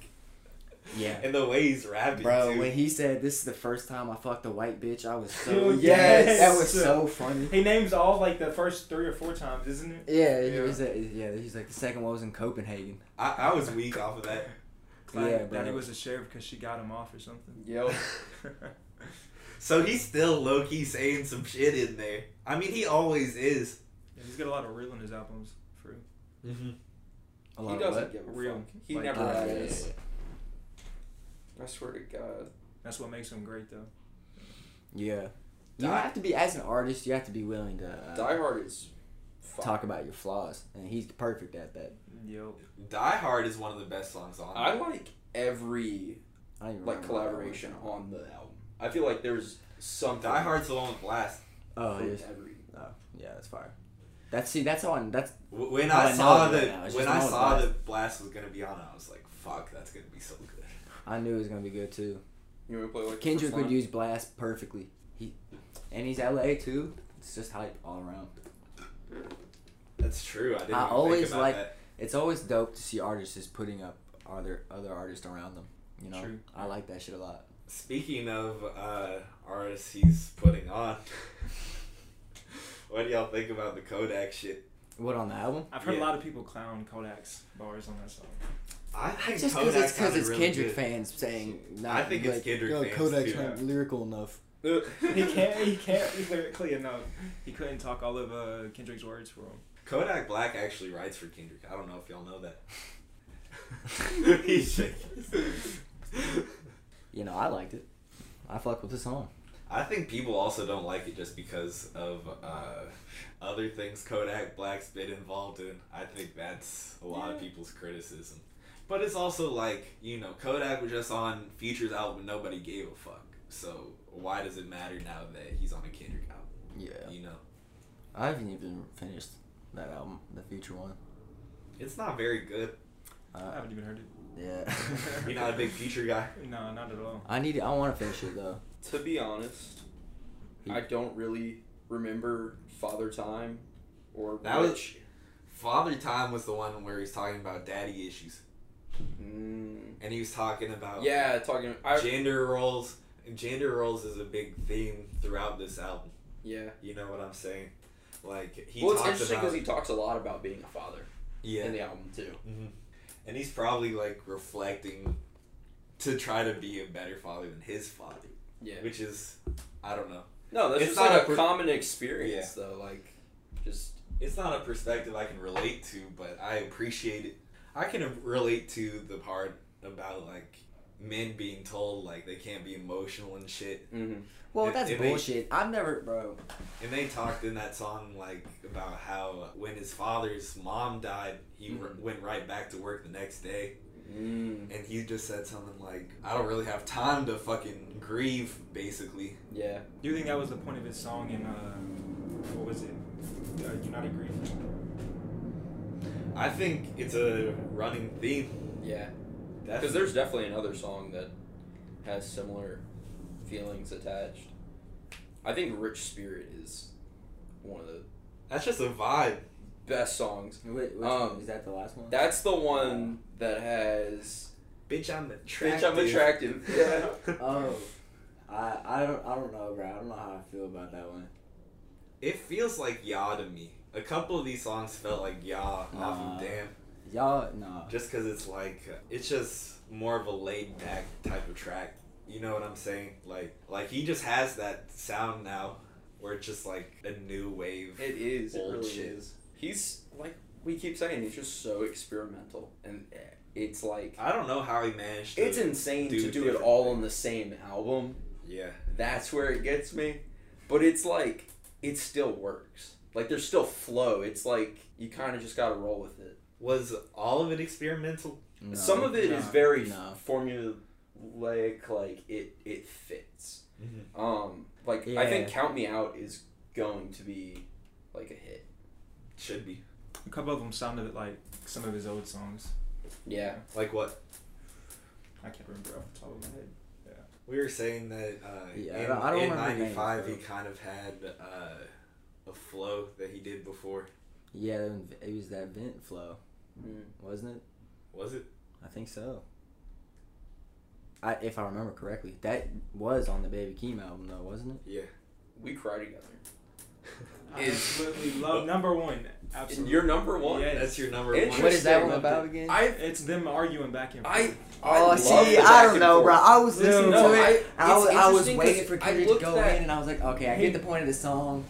Speaker 3: yeah.
Speaker 1: and the way he's rapping,
Speaker 3: Bro,
Speaker 1: too.
Speaker 3: when he said this is the first time I fucked a white bitch, I was so
Speaker 4: Dude,
Speaker 3: yes,
Speaker 4: yes.
Speaker 3: that was so funny.
Speaker 4: He names all like the first three or four times, isn't it?
Speaker 3: Yeah, he
Speaker 4: Yeah.
Speaker 3: was a, yeah, he's like the second one was in Copenhagen.
Speaker 1: I, I was weak off of that. *laughs*
Speaker 4: Glad
Speaker 3: Yeah,
Speaker 4: Daddy
Speaker 3: bro.
Speaker 4: was a sheriff because she got him off or *laughs* something.
Speaker 2: Yep.
Speaker 1: So he's still low key saying some shit in there. I mean, he always is.
Speaker 4: Yeah, he's got a lot of real in his albums. For real.
Speaker 1: Mm-hmm.
Speaker 3: A
Speaker 2: He
Speaker 3: lot of
Speaker 2: doesn't
Speaker 3: what?
Speaker 2: give a
Speaker 4: Real.
Speaker 2: fuck. He
Speaker 4: Like,
Speaker 2: never
Speaker 3: uh,
Speaker 2: has.
Speaker 3: yeah, yeah,
Speaker 2: I swear to God.
Speaker 4: That's what makes him great, though.
Speaker 3: Yeah. You
Speaker 2: Die-
Speaker 3: have to be as an artist, you have to be willing to uh,
Speaker 2: Die Hard is.
Speaker 3: talk about your flaws, and he's perfect at that.
Speaker 4: Yo.
Speaker 1: Die Hard is one of the best songs on.
Speaker 2: I
Speaker 1: there.
Speaker 2: like every
Speaker 3: I don't even
Speaker 2: like
Speaker 3: remember what that
Speaker 2: collaboration on the album. I feel like there's something.
Speaker 1: Die Hard's the one with Blast.
Speaker 3: was. Oh,
Speaker 2: from
Speaker 3: yes.
Speaker 2: every.
Speaker 3: Oh, yeah, that's fire. That's see, that's how I, that's
Speaker 1: W- When
Speaker 3: Oh, I
Speaker 1: I,
Speaker 3: know
Speaker 1: saw
Speaker 3: it right now.
Speaker 1: that,
Speaker 3: It's
Speaker 1: when I
Speaker 3: just the one with
Speaker 1: saw
Speaker 3: Blast.
Speaker 1: that Blast was gonna be on, I was like, "Fuck, that's gonna be so good."
Speaker 3: I knew it was gonna be good too.
Speaker 2: You want to play like the
Speaker 3: Kendrick
Speaker 2: first
Speaker 3: would
Speaker 2: line?
Speaker 3: use blast perfectly. He and he's LA too. It's just hype all around.
Speaker 1: That's true. I didn't.
Speaker 3: I
Speaker 1: even
Speaker 3: always
Speaker 1: think about
Speaker 3: like-
Speaker 1: that.
Speaker 3: It's always dope to see artists just putting up other other artists around them. You know,
Speaker 4: True.
Speaker 3: I like that shit a lot.
Speaker 1: Speaking of uh, artists, he's putting on. *laughs* what do y'all think about the Kodak shit?
Speaker 3: What on the album?
Speaker 4: I've heard
Speaker 1: Yeah.
Speaker 4: a lot of people clown Kodak's bars on that song.
Speaker 1: I think
Speaker 3: Just
Speaker 1: Kodak
Speaker 3: because it's, 'cause
Speaker 1: sounded
Speaker 3: it's
Speaker 1: really
Speaker 3: Kendrick
Speaker 1: good. *laughs*
Speaker 3: fans saying,
Speaker 1: I think it's Kendrick
Speaker 3: "Yo,
Speaker 1: fans,
Speaker 3: Kodak's
Speaker 1: too."
Speaker 3: not lyrical enough.
Speaker 4: *laughs* he can't. He can't be lyrically enough. He couldn't talk all of uh, Kendrick's words for him.
Speaker 1: Kodak Black actually writes for Kendrick. I don't know if y'all know
Speaker 4: *laughs*
Speaker 1: that. *laughs* He's shaking. *laughs*
Speaker 3: You know, I liked it. I fuck with the song.
Speaker 1: I think people also don't like it just because of uh, other things Kodak Black's been involved in. I think that's a lot of people's criticism. But it's also like, you know, Kodak was just on Future's album and nobody gave a fuck. So why does it matter now that he's on a Kendrick album?
Speaker 3: Yeah.
Speaker 1: You know?
Speaker 3: I haven't even finished that album, the future one.
Speaker 1: It's not very good.
Speaker 2: *laughs*
Speaker 4: I
Speaker 3: Uh,
Speaker 4: haven't even heard it.
Speaker 1: *laughs*
Speaker 3: yeah.
Speaker 1: You're not a big Future guy.
Speaker 4: No, not at all.
Speaker 3: *laughs* I need. I want to finish it though.
Speaker 2: To be honest, I don't really remember Father Time or
Speaker 1: That was-
Speaker 2: Rich.
Speaker 1: Father Time was the one where he's talking about daddy issues.
Speaker 2: Mm,
Speaker 1: And he was talking about
Speaker 2: yeah, talking. I,
Speaker 1: gender roles. Gender roles is a big theme throughout this album.
Speaker 2: yeah.
Speaker 1: You know what I'm saying? Like he
Speaker 2: Well, it's
Speaker 1: talks
Speaker 2: interesting
Speaker 1: about
Speaker 2: because he talks a lot about being a father
Speaker 1: yeah,
Speaker 2: in the album too.
Speaker 1: hmm and he's probably like reflecting to try to be a better father than his father,
Speaker 2: Yeah.
Speaker 1: which is I don't know.
Speaker 2: No, that's
Speaker 1: It's
Speaker 2: just
Speaker 1: not
Speaker 2: like
Speaker 1: a
Speaker 2: a,
Speaker 1: per-
Speaker 2: common experience though. Like, just
Speaker 1: It's not a perspective I can relate to, but I appreciate it. I can relate to the part about like men being told like they can't be emotional and shit.
Speaker 2: Mm-hmm.
Speaker 3: Well,
Speaker 1: If-
Speaker 3: that's
Speaker 1: if they-
Speaker 3: bullshit. I've never, bro.
Speaker 1: And they talked in that song like about how when his father's mom died, he r-
Speaker 2: Mm-hmm.
Speaker 5: Mhm.
Speaker 1: went right back to work the next day,
Speaker 2: Mm,
Speaker 1: and he just said something like, "I don't really have time to fucking grieve." Basically,
Speaker 2: yeah.
Speaker 4: Do you think that was the point of his song in uh, what was it? Uh, United Grief.
Speaker 1: I think it's a running theme.
Speaker 2: Yeah.
Speaker 1: That's
Speaker 2: Because there's definitely another song that has similar feelings attached. I think Rich Spirit is one of the
Speaker 1: that's just a vibe.
Speaker 2: best songs.
Speaker 3: Wait, which
Speaker 2: Um,
Speaker 3: one? Is that the last one?
Speaker 2: That's the one that has
Speaker 1: Bitch, I'm
Speaker 2: Bitch, I'm attractive. Yeah. *laughs* Um,
Speaker 3: oh, I, I don't, I don't know, bro. I don't know how I feel about that one.
Speaker 1: It feels like Yah to me. A couple of these songs felt like Yah off
Speaker 3: Nah.
Speaker 1: of Damn.
Speaker 3: Y'all, no.
Speaker 1: Just because it's like, uh, it's just more of a laid back type of track. You know what I'm saying? Like, like he just has that sound now where it's just like a new wave.
Speaker 2: It is. It
Speaker 1: Old
Speaker 2: really
Speaker 1: shit.
Speaker 2: is. He's like we keep saying. He's just so experimental, and eh, it's like
Speaker 1: I don't know how he managed
Speaker 2: it's
Speaker 1: to.
Speaker 2: insane
Speaker 1: do
Speaker 2: to do it
Speaker 1: different
Speaker 2: all on the same album.
Speaker 1: yeah.
Speaker 2: That's where it gets me. But it's like it still works. Like there's still flow. It's like you kind of just gotta roll with it.
Speaker 1: Was all of it experimental?
Speaker 3: No,
Speaker 2: Some of it is
Speaker 3: no,
Speaker 2: very
Speaker 3: no.
Speaker 2: formulaic. Like it it fits.
Speaker 1: Mhm.
Speaker 2: Um, like I think
Speaker 3: Yeah.
Speaker 2: "Count Me Out" is going to be like a hit.
Speaker 1: Should be.
Speaker 4: A couple of them sounded like some of his old songs.
Speaker 2: Yeah.
Speaker 1: Like what?
Speaker 4: I can't remember off the top of my head.
Speaker 1: We were saying that uh,
Speaker 3: Yeah, I
Speaker 1: in,
Speaker 3: don't- I don't
Speaker 1: in
Speaker 3: remember names,
Speaker 1: 95 he
Speaker 3: though.
Speaker 1: kind of had uh, a flow that he did before.
Speaker 3: Yeah, it was that vent flow, wasn't it?
Speaker 1: Was it?
Speaker 3: I think so. I, if I remember correctly, that was on the Baby Keem album, though, wasn't it?
Speaker 1: Yeah.
Speaker 2: We cry together.
Speaker 4: I
Speaker 2: Is- Oh.
Speaker 4: absolutely love number one. Absolutely.
Speaker 2: You're number one.
Speaker 4: Yes.
Speaker 1: That's your number
Speaker 2: Interesting.
Speaker 1: one.
Speaker 3: What is that one
Speaker 2: Loved
Speaker 3: about
Speaker 2: it.
Speaker 3: again?
Speaker 2: I
Speaker 4: It's them arguing back and
Speaker 2: I
Speaker 4: forth.
Speaker 2: I
Speaker 3: oh,
Speaker 2: love
Speaker 3: see,
Speaker 2: the
Speaker 3: I
Speaker 2: back
Speaker 3: don't
Speaker 2: and
Speaker 3: know, bro.
Speaker 2: forth.
Speaker 3: I was
Speaker 4: No,
Speaker 3: listening
Speaker 4: no,
Speaker 3: to it. I,
Speaker 2: it's
Speaker 3: was, I was
Speaker 2: interesting 'cause
Speaker 3: waiting for
Speaker 2: I
Speaker 3: Kendrick to
Speaker 2: looked
Speaker 3: go
Speaker 2: at-
Speaker 3: in, and I was like, okay, I
Speaker 4: Hey.
Speaker 3: get the point of the song.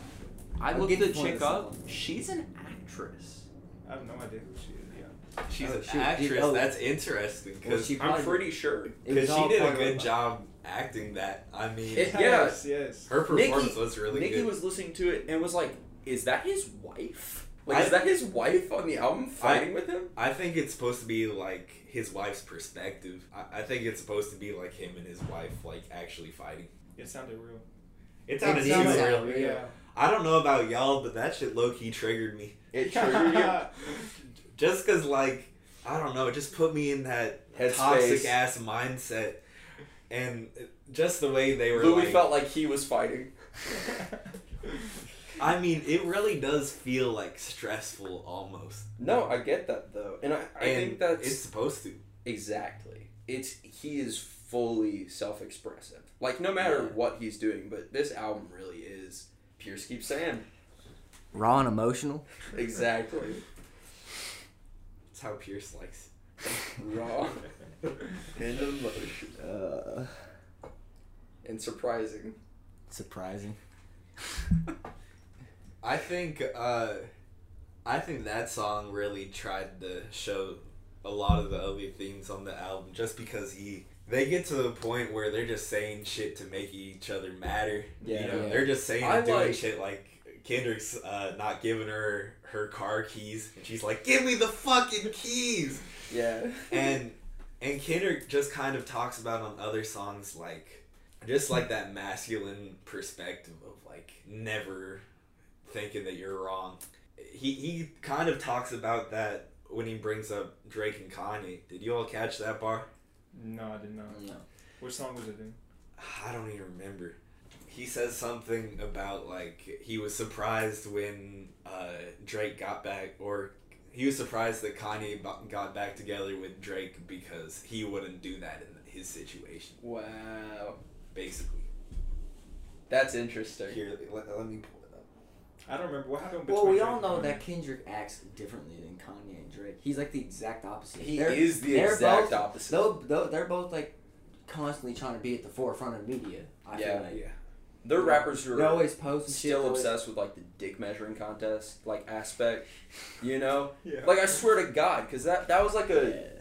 Speaker 5: I
Speaker 3: I'll
Speaker 5: looked
Speaker 3: get
Speaker 5: the
Speaker 3: the point of
Speaker 5: chick
Speaker 3: the
Speaker 5: up.
Speaker 3: song.
Speaker 5: She's an actress.
Speaker 4: I have no idea who she is. Yeah.
Speaker 1: She's
Speaker 3: Oh,
Speaker 1: an
Speaker 3: shoot, did-
Speaker 1: actress.
Speaker 3: oh.
Speaker 1: That's interesting
Speaker 3: Well,
Speaker 1: because
Speaker 3: she
Speaker 2: I'm
Speaker 3: probably-
Speaker 2: pretty sure.
Speaker 3: it was all
Speaker 1: she did
Speaker 3: part
Speaker 1: a
Speaker 3: of
Speaker 1: good
Speaker 3: it.
Speaker 1: job acting that. I mean,
Speaker 2: It- Yeah.
Speaker 4: Yes. Yes.
Speaker 1: her performance
Speaker 2: Nikki-
Speaker 1: was really
Speaker 2: Nikki
Speaker 1: good.
Speaker 2: was listening to it and was like, "Is that his wife? Like,
Speaker 1: I-
Speaker 2: is that his wife on the album fighting with him?"
Speaker 1: I think it's supposed to be like his wife's perspective. I, I think it's supposed to be like him and his wife like actually fighting.
Speaker 4: It sounded real.
Speaker 1: It
Speaker 3: sounded
Speaker 1: sounded
Speaker 3: did
Speaker 1: too
Speaker 3: sound
Speaker 1: real.
Speaker 3: real.
Speaker 4: Yeah.
Speaker 1: I don't know about y'all, but that shit low key triggered me.
Speaker 2: *laughs* It triggered you.
Speaker 1: Just cause like I don't know, it just put me in that
Speaker 2: Headspace.
Speaker 1: toxic ass mindset, and just the way *laughs* they were.
Speaker 2: Louis
Speaker 1: like,
Speaker 2: felt like he was *laughs* fighting.
Speaker 4: *laughs*
Speaker 1: I mean, it really does feel like stressful almost.
Speaker 2: No, I get that though, and I, I
Speaker 1: and
Speaker 2: think that's
Speaker 1: it's supposed to.
Speaker 2: exactly. It's he is fully self-expressive. Like no matter
Speaker 3: Yeah.
Speaker 2: what he's doing, but this album really is. Pierce keeps saying
Speaker 3: Raw and emotional.
Speaker 2: exactly
Speaker 1: It's how Pierce likes.
Speaker 2: raw and emotional
Speaker 3: Uh,
Speaker 2: and surprising.
Speaker 3: surprising.
Speaker 1: I think uh, I think that song really tried to show a lot of the other themes on the album, just because he they get to the point where they're just saying shit to make each other matter.
Speaker 2: Yeah.
Speaker 1: you know,
Speaker 3: Yeah.
Speaker 1: they're just saying
Speaker 2: I
Speaker 1: and doing
Speaker 2: like-
Speaker 1: shit like. Kendrick's uh, not giving her her car keys, and she's like, "Give me the fucking keys!"
Speaker 2: Yeah,
Speaker 1: and and Kendrick just kind of talks about on other songs like just like that masculine perspective of like never thinking that you're wrong. He he kind of talks about that when he brings up Drake and Kanye. Did you all catch that bar?
Speaker 4: *laughs* No, I did not.
Speaker 3: No.
Speaker 4: Which song was it in?
Speaker 1: I don't even remember. He says something about like he was surprised when uh, Drake got back, or he was surprised that Kanye bu- got back together with Drake because he wouldn't do that in his situation.
Speaker 2: *laughs* wow,
Speaker 1: Basically,
Speaker 2: that's interesting.
Speaker 1: here let, let me pull it up.
Speaker 4: I don't remember what happened.
Speaker 3: Well,
Speaker 4: between
Speaker 3: we
Speaker 4: Drake
Speaker 3: all
Speaker 4: and
Speaker 3: know
Speaker 4: Kanye.
Speaker 3: that Kendrick acts differently than Kanye and Drake. He's like the exact opposite.
Speaker 2: He
Speaker 3: They're-
Speaker 2: is the
Speaker 3: they're
Speaker 2: exact
Speaker 3: both-
Speaker 2: opposite.
Speaker 3: Though, though they're both like constantly trying to be at the forefront of media. I
Speaker 2: Yeah.
Speaker 3: feel like
Speaker 1: Yeah,
Speaker 2: They're rappers who
Speaker 3: They
Speaker 2: are
Speaker 3: always post and shit.
Speaker 2: still
Speaker 3: they're always-
Speaker 2: obsessed with like the dick measuring contest like aspect, you know?
Speaker 4: Yeah.
Speaker 2: Like I swear to God, because that that was like a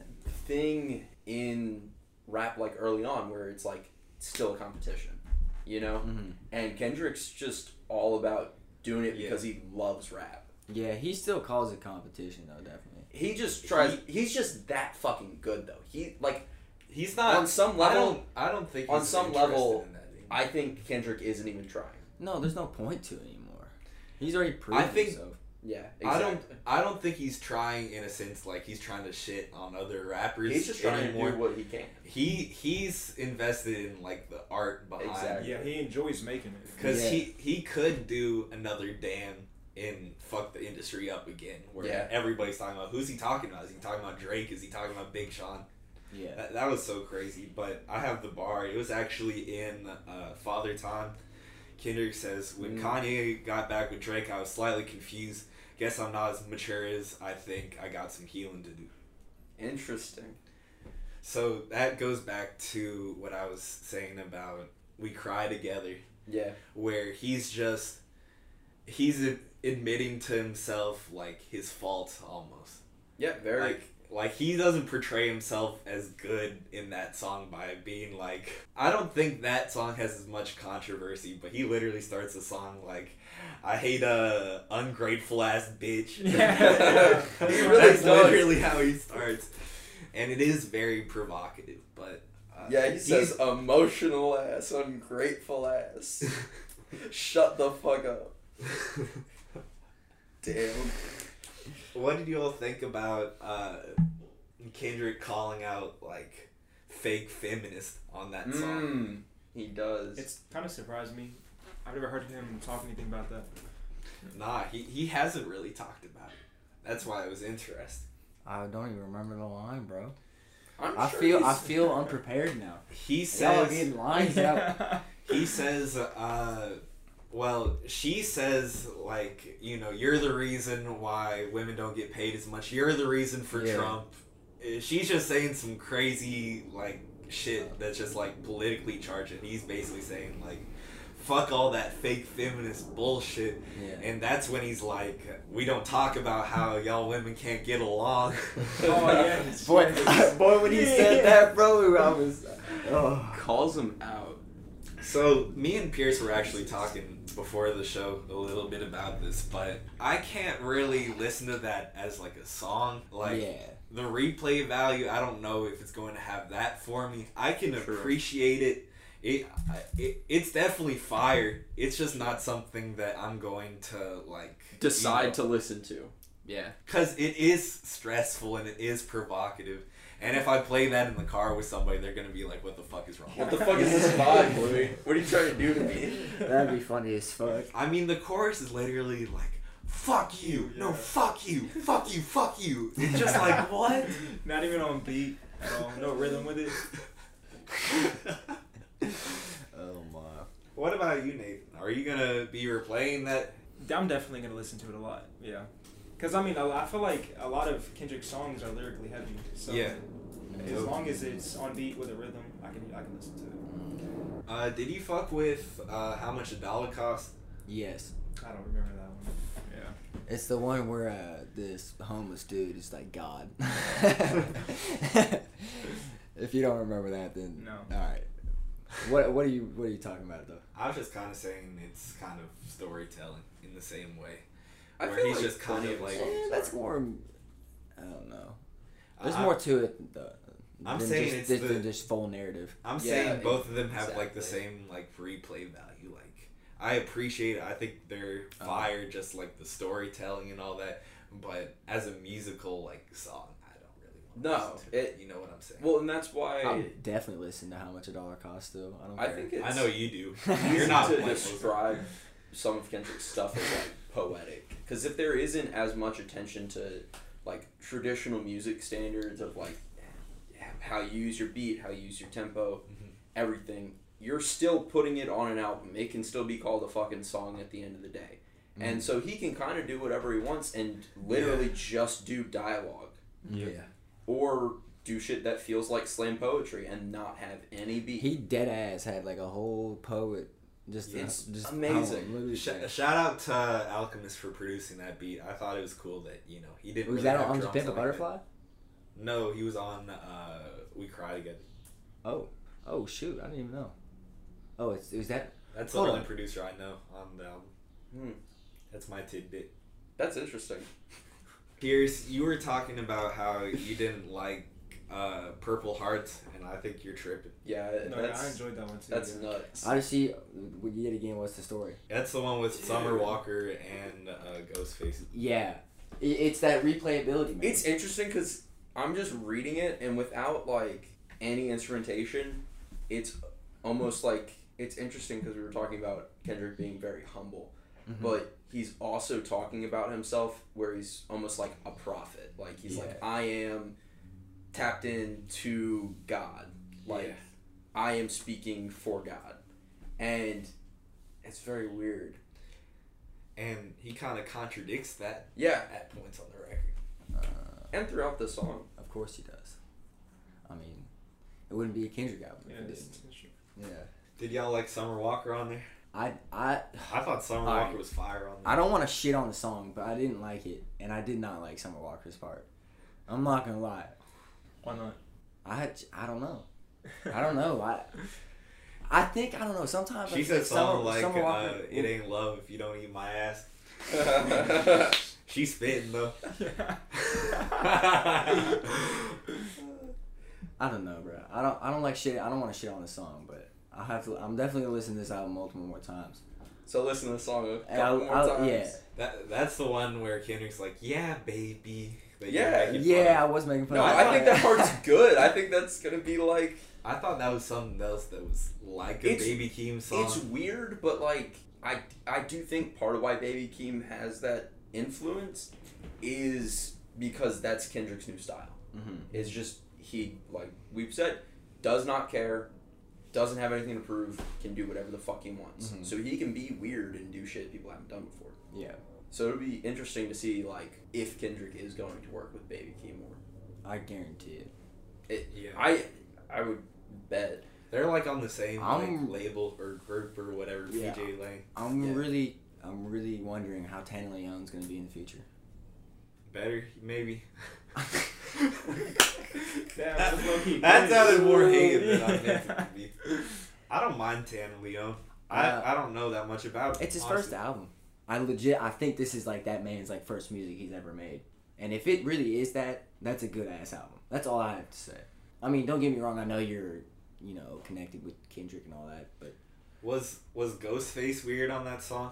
Speaker 2: thing in rap like early on where it's like still a competition, you know?
Speaker 3: Mhm.
Speaker 2: And Kendrick's just all about doing it
Speaker 1: Yeah.
Speaker 2: because he loves rap.
Speaker 3: Yeah, he still calls it competition though, definitely.
Speaker 2: He just tries. he's just that fucking good though. He like
Speaker 1: He's not
Speaker 2: on some
Speaker 1: Uh, I
Speaker 2: level.
Speaker 1: don't. I don't think
Speaker 2: on
Speaker 1: he's
Speaker 2: some
Speaker 1: interested
Speaker 2: level,
Speaker 1: In that anymore.
Speaker 2: I, think Kendrick isn't even trying.
Speaker 3: No, there's no point to it anymore. He's already proven
Speaker 1: I think-
Speaker 3: himself.
Speaker 2: Yeah,
Speaker 1: I don't. I don't think he's trying in a sense like he's trying to shit on other rappers.
Speaker 2: He's just trying
Speaker 1: anymore.
Speaker 2: to do what he can.
Speaker 1: He he's invested in like the art behind.
Speaker 2: Exactly.
Speaker 4: Yeah, he enjoys making it.
Speaker 1: Because
Speaker 3: Yeah.
Speaker 1: he he could do another damn and fuck the industry up again, where
Speaker 2: Yeah.
Speaker 1: everybody's talking about who's he talking about? Is he talking about Drake? Is he talking about Big Sean?
Speaker 3: Yeah.
Speaker 1: That, that was so crazy. But I have the bar. It was actually in uh, Father Time. Kendrick says, "When
Speaker 2: Mm.
Speaker 1: Kanye got back with Drake, I was slightly confused. Guess I'm not as mature as I think. I got some healing to do."
Speaker 2: Interesting.
Speaker 1: So that goes back to what I was saying about we cry together
Speaker 2: Yeah,
Speaker 1: where he's just he's a- admitting to himself like his faults almost
Speaker 2: yeah, very.
Speaker 1: like like he doesn't portray himself as good in that song by being like i don't think that song has as much controversy but he literally starts the song like i hate a ungrateful ass
Speaker 2: *laughs*
Speaker 1: bitch *laughs*
Speaker 4: Yeah.
Speaker 1: that's
Speaker 4: He really
Speaker 2: does.
Speaker 1: literally how he starts and it is very provocative but uh,
Speaker 2: yeah, he
Speaker 1: he's-
Speaker 2: says emotional ass, ungrateful ass. *laughs* Shut the fuck up. Damn.
Speaker 1: What did you all think about uh, Kendrick calling out like fake feminist on that song?
Speaker 2: Mm, he does.
Speaker 4: It's kind of surprised me. I've never heard him talk anything about that.
Speaker 1: Nah, he, he hasn't really talked about it. That's why it was interesting.
Speaker 3: I don't even remember the line, bro.
Speaker 2: I'm
Speaker 3: I
Speaker 2: sure
Speaker 3: feel I
Speaker 2: he's-
Speaker 3: feel unprepared now.
Speaker 1: He
Speaker 3: Y'all are
Speaker 1: says
Speaker 3: getting lines out.
Speaker 4: *laughs*
Speaker 1: he says uh, well she says like you know you're the reason why women don't get paid as much. You're the reason for
Speaker 3: Yeah.
Speaker 1: Trump. Uh, She's just saying some crazy like shit that's just like politically charged, and he's basically saying like. Fuck all that fake feminist bullshit.
Speaker 3: *laughs* Yeah.
Speaker 1: And that's when he's like, we don't talk about how y'all women can't get along.
Speaker 4: *laughs* Oh
Speaker 3: *laughs*
Speaker 1: *laughs*
Speaker 4: yeah,
Speaker 3: Boy, boy, when he said that, bro, I was. Oh.
Speaker 2: calls him out.
Speaker 1: so, me and Pierce were actually talking before the show a little bit about this, but I can't really listen to that as like a song. Like,
Speaker 3: yeah.
Speaker 1: the replay value, I don't know if it's going to have that for me. I can
Speaker 2: True.
Speaker 1: appreciate it. It, I- it. It's definitely fire. It's just not something that I'm going to like
Speaker 5: Decide
Speaker 1: you know,
Speaker 5: to listen to. Yeah.
Speaker 1: because it is stressful and it is provocative. And if I play that in the car with somebody, they're gonna be like, "What the fuck is wrong?"
Speaker 2: What the fuck is
Speaker 1: *laughs*
Speaker 2: this vibe, Louis? *laughs* What are you trying to do to me?
Speaker 3: That'd be funny as fuck.
Speaker 1: I mean, the chorus is literally like, "Fuck you, no,
Speaker 4: Yeah.
Speaker 1: fuck
Speaker 4: *laughs*
Speaker 1: you, fuck you, fuck you." It's just *laughs* like what?
Speaker 4: Not even on beat at all. No rhythm with it.
Speaker 1: *laughs*
Speaker 3: Oh my.
Speaker 1: what about you, Nathan? Are you gonna be replaying that?
Speaker 4: I'm definitely gonna listen to it a lot. Yeah, because I mean, a lot- I feel like a lot of Kendrick's songs are lyrically heavy. So
Speaker 1: Yeah.
Speaker 4: As long as it's on beat with a rhythm, I can I can listen to it.
Speaker 1: Uh, did you fuck with uh, how much a dollar cost?
Speaker 3: Yes.
Speaker 4: I don't remember that one. Yeah.
Speaker 3: It's the one where uh, this homeless dude is like God. *laughs* if you don't remember that, then
Speaker 4: No.
Speaker 3: All right. What What are you What are you talking about though?
Speaker 1: I was just kind of saying it's kind of storytelling in the same way,
Speaker 2: I
Speaker 1: where
Speaker 2: feel
Speaker 1: he's
Speaker 2: like
Speaker 1: just kind
Speaker 2: plenty
Speaker 1: of
Speaker 2: of
Speaker 1: like.
Speaker 2: songs
Speaker 3: Eh, that's more. I don't know. There's
Speaker 1: I-
Speaker 3: more to it though.
Speaker 1: I'm
Speaker 3: than
Speaker 1: saying
Speaker 3: just,
Speaker 1: it's
Speaker 3: than-
Speaker 1: the-
Speaker 3: than just full narrative.
Speaker 1: I'm
Speaker 2: Yeah,
Speaker 1: saying
Speaker 2: it-
Speaker 1: both of them have like the
Speaker 2: exactly.
Speaker 1: same like replay value. Like I appreciate it. I think they're
Speaker 3: Uh-huh.
Speaker 1: fire, just like the storytelling and all that. But as a musical like song, I don't really want.
Speaker 2: No,
Speaker 1: to listen to
Speaker 2: it-
Speaker 1: you know what I'm saying.
Speaker 2: Well, and that's why
Speaker 3: I would definitely listen to how much a dollar costs though. I don't.
Speaker 2: Um, I
Speaker 3: care.
Speaker 2: think it's
Speaker 1: I know you do.
Speaker 2: *laughs*
Speaker 3: You're
Speaker 2: easy
Speaker 1: You're not
Speaker 2: to
Speaker 1: playing
Speaker 2: describe some of Kendrick's stuff as like poetic because if there isn't as much attention to like traditional music standards of like how you use your beat, how you use your tempo,
Speaker 1: Mhm.
Speaker 2: everything, you're still putting it on an album. It can still be called a fucking song at the end of the day. And so he can kind of do whatever he wants and literally just do dialogue
Speaker 3: Yeah.
Speaker 2: or do shit that feels like slam poetry and not have any beat.
Speaker 3: He dead ass had like a whole poet. Just uh,
Speaker 2: It's
Speaker 3: just
Speaker 2: amazing.
Speaker 3: poem, literally.
Speaker 1: Sh- shout out to Alchemist for producing that beat. I thought it was cool that you know he didn't. really
Speaker 3: was that
Speaker 1: have
Speaker 3: on
Speaker 1: drums
Speaker 3: Pimp a
Speaker 1: like that.
Speaker 3: Butterfly?
Speaker 1: No, he was on uh, we cried again.
Speaker 3: Oh, oh shoot! I didn't even know. Oh, it's is that?
Speaker 1: That's the
Speaker 3: Hold
Speaker 1: only
Speaker 3: on.
Speaker 1: producer I know on the album.
Speaker 2: Hmm.
Speaker 1: That's my tidbit.
Speaker 2: That's interesting.
Speaker 1: Pierce, you were talking about how you didn't like uh, Purple Hearts, and I think you're tripping.
Speaker 2: Yeah,
Speaker 4: No, yeah, I
Speaker 2: that's
Speaker 4: enjoyed that one too.
Speaker 2: that's
Speaker 4: yeah.
Speaker 2: nuts.
Speaker 3: Odyssey. w- Yet again, what's the story?
Speaker 1: That's the one with Summer Walker and uh, Ghostface.
Speaker 3: Yeah, I it's that replayability. Man.
Speaker 2: It's interesting because I'm just reading it, and without like any instrumentation, it's almost like it's interesting because we were talking about Kendrick being very humble,
Speaker 3: Mhm.
Speaker 2: but he's also talking about himself where he's almost like a prophet. Like he's like, I am tapped into God. Like
Speaker 1: Yeah.
Speaker 2: I am speaking for God, and it's very weird.
Speaker 1: And he kind of contradicts that
Speaker 2: Yeah,
Speaker 1: at points on the record.
Speaker 3: Uh,
Speaker 2: and throughout the song. *laughs*
Speaker 3: of course he does. I mean, it wouldn't be a Kendrick album.
Speaker 4: Yeah,
Speaker 3: if it
Speaker 4: it's,
Speaker 3: didn't.
Speaker 4: it's true.
Speaker 3: Yeah.
Speaker 1: Did y'all like Summer Walker on there?
Speaker 3: I I
Speaker 1: I thought Summer
Speaker 3: Alright.
Speaker 1: Walker was fire on there.
Speaker 3: I don't want to shit on the song, but I didn't like it, and I did not like Summer Walker's part. I'm not gonna lie.
Speaker 4: Why *laughs* not?
Speaker 3: I had, I don't know. I don't know. I I think I don't know. Sometimes I
Speaker 1: She
Speaker 3: think
Speaker 1: said something like,
Speaker 3: Summer
Speaker 1: uh,
Speaker 3: Walker-
Speaker 1: "It ain't love if you don't eat my
Speaker 3: *laughs*
Speaker 1: ass." She's spitting though. *laughs*
Speaker 3: I don't know, bro. I don't I don't like shit. I don't want to shit on the song, but I have to. I'm definitely gonna listen to this album multiple more times.
Speaker 2: So listen to the song a
Speaker 3: And I'll-
Speaker 2: couple more
Speaker 3: I'll-
Speaker 2: times.
Speaker 3: yeah.
Speaker 1: That that's the one where Kendrick's like, "Yeah, baby." that you're
Speaker 2: Yeah.
Speaker 1: making fun
Speaker 3: Yeah, I
Speaker 1: of.
Speaker 3: was making fun.
Speaker 2: No,
Speaker 3: of
Speaker 2: I think that
Speaker 3: *laughs*
Speaker 2: part's good. I think that's gonna be like
Speaker 1: I thought that was something else that was like a
Speaker 2: It's-
Speaker 1: Baby Keem song.
Speaker 2: it's weird, but like I I do think part of why Baby Keem has that influence is because that's Kendrick's new style.
Speaker 3: hmm
Speaker 2: It's just he like we've said does not care, doesn't have anything to prove, can do whatever the fuck he wants.
Speaker 3: Mhm.
Speaker 2: So he can be weird and do shit people haven't done before.
Speaker 3: Yeah,
Speaker 2: So it'll be interesting to see like if Kendrick is going to work with Baby Keem more.
Speaker 3: I guarantee it.
Speaker 1: yeah,
Speaker 2: I I would bet.
Speaker 1: they're like on the same like,
Speaker 3: I'm-
Speaker 1: label or group or whatever.
Speaker 3: Yeah.
Speaker 1: PJ Lane,
Speaker 3: I'm
Speaker 2: Yeah.
Speaker 3: really I'm really wondering how Tana Leon's gonna be in the future.
Speaker 1: better maybe. *laughs*
Speaker 4: Damn,
Speaker 1: That-
Speaker 4: that's low-key
Speaker 1: that
Speaker 4: crazy.
Speaker 1: sounded more hated than I meant
Speaker 4: Yeah.
Speaker 1: it to be. I don't mind Tana Leon. I,
Speaker 3: Yeah.
Speaker 1: I don't know that much about.
Speaker 3: It's his
Speaker 1: honestly.
Speaker 3: first album. I legit I think this is like that man's like first music he's ever made. And if it really is that, that's a good ass album. That's all I have to say. I mean, don't get me wrong, I know you're, you know, connected with Kendrick and all that, but
Speaker 1: Was was Ghostface weird on that song?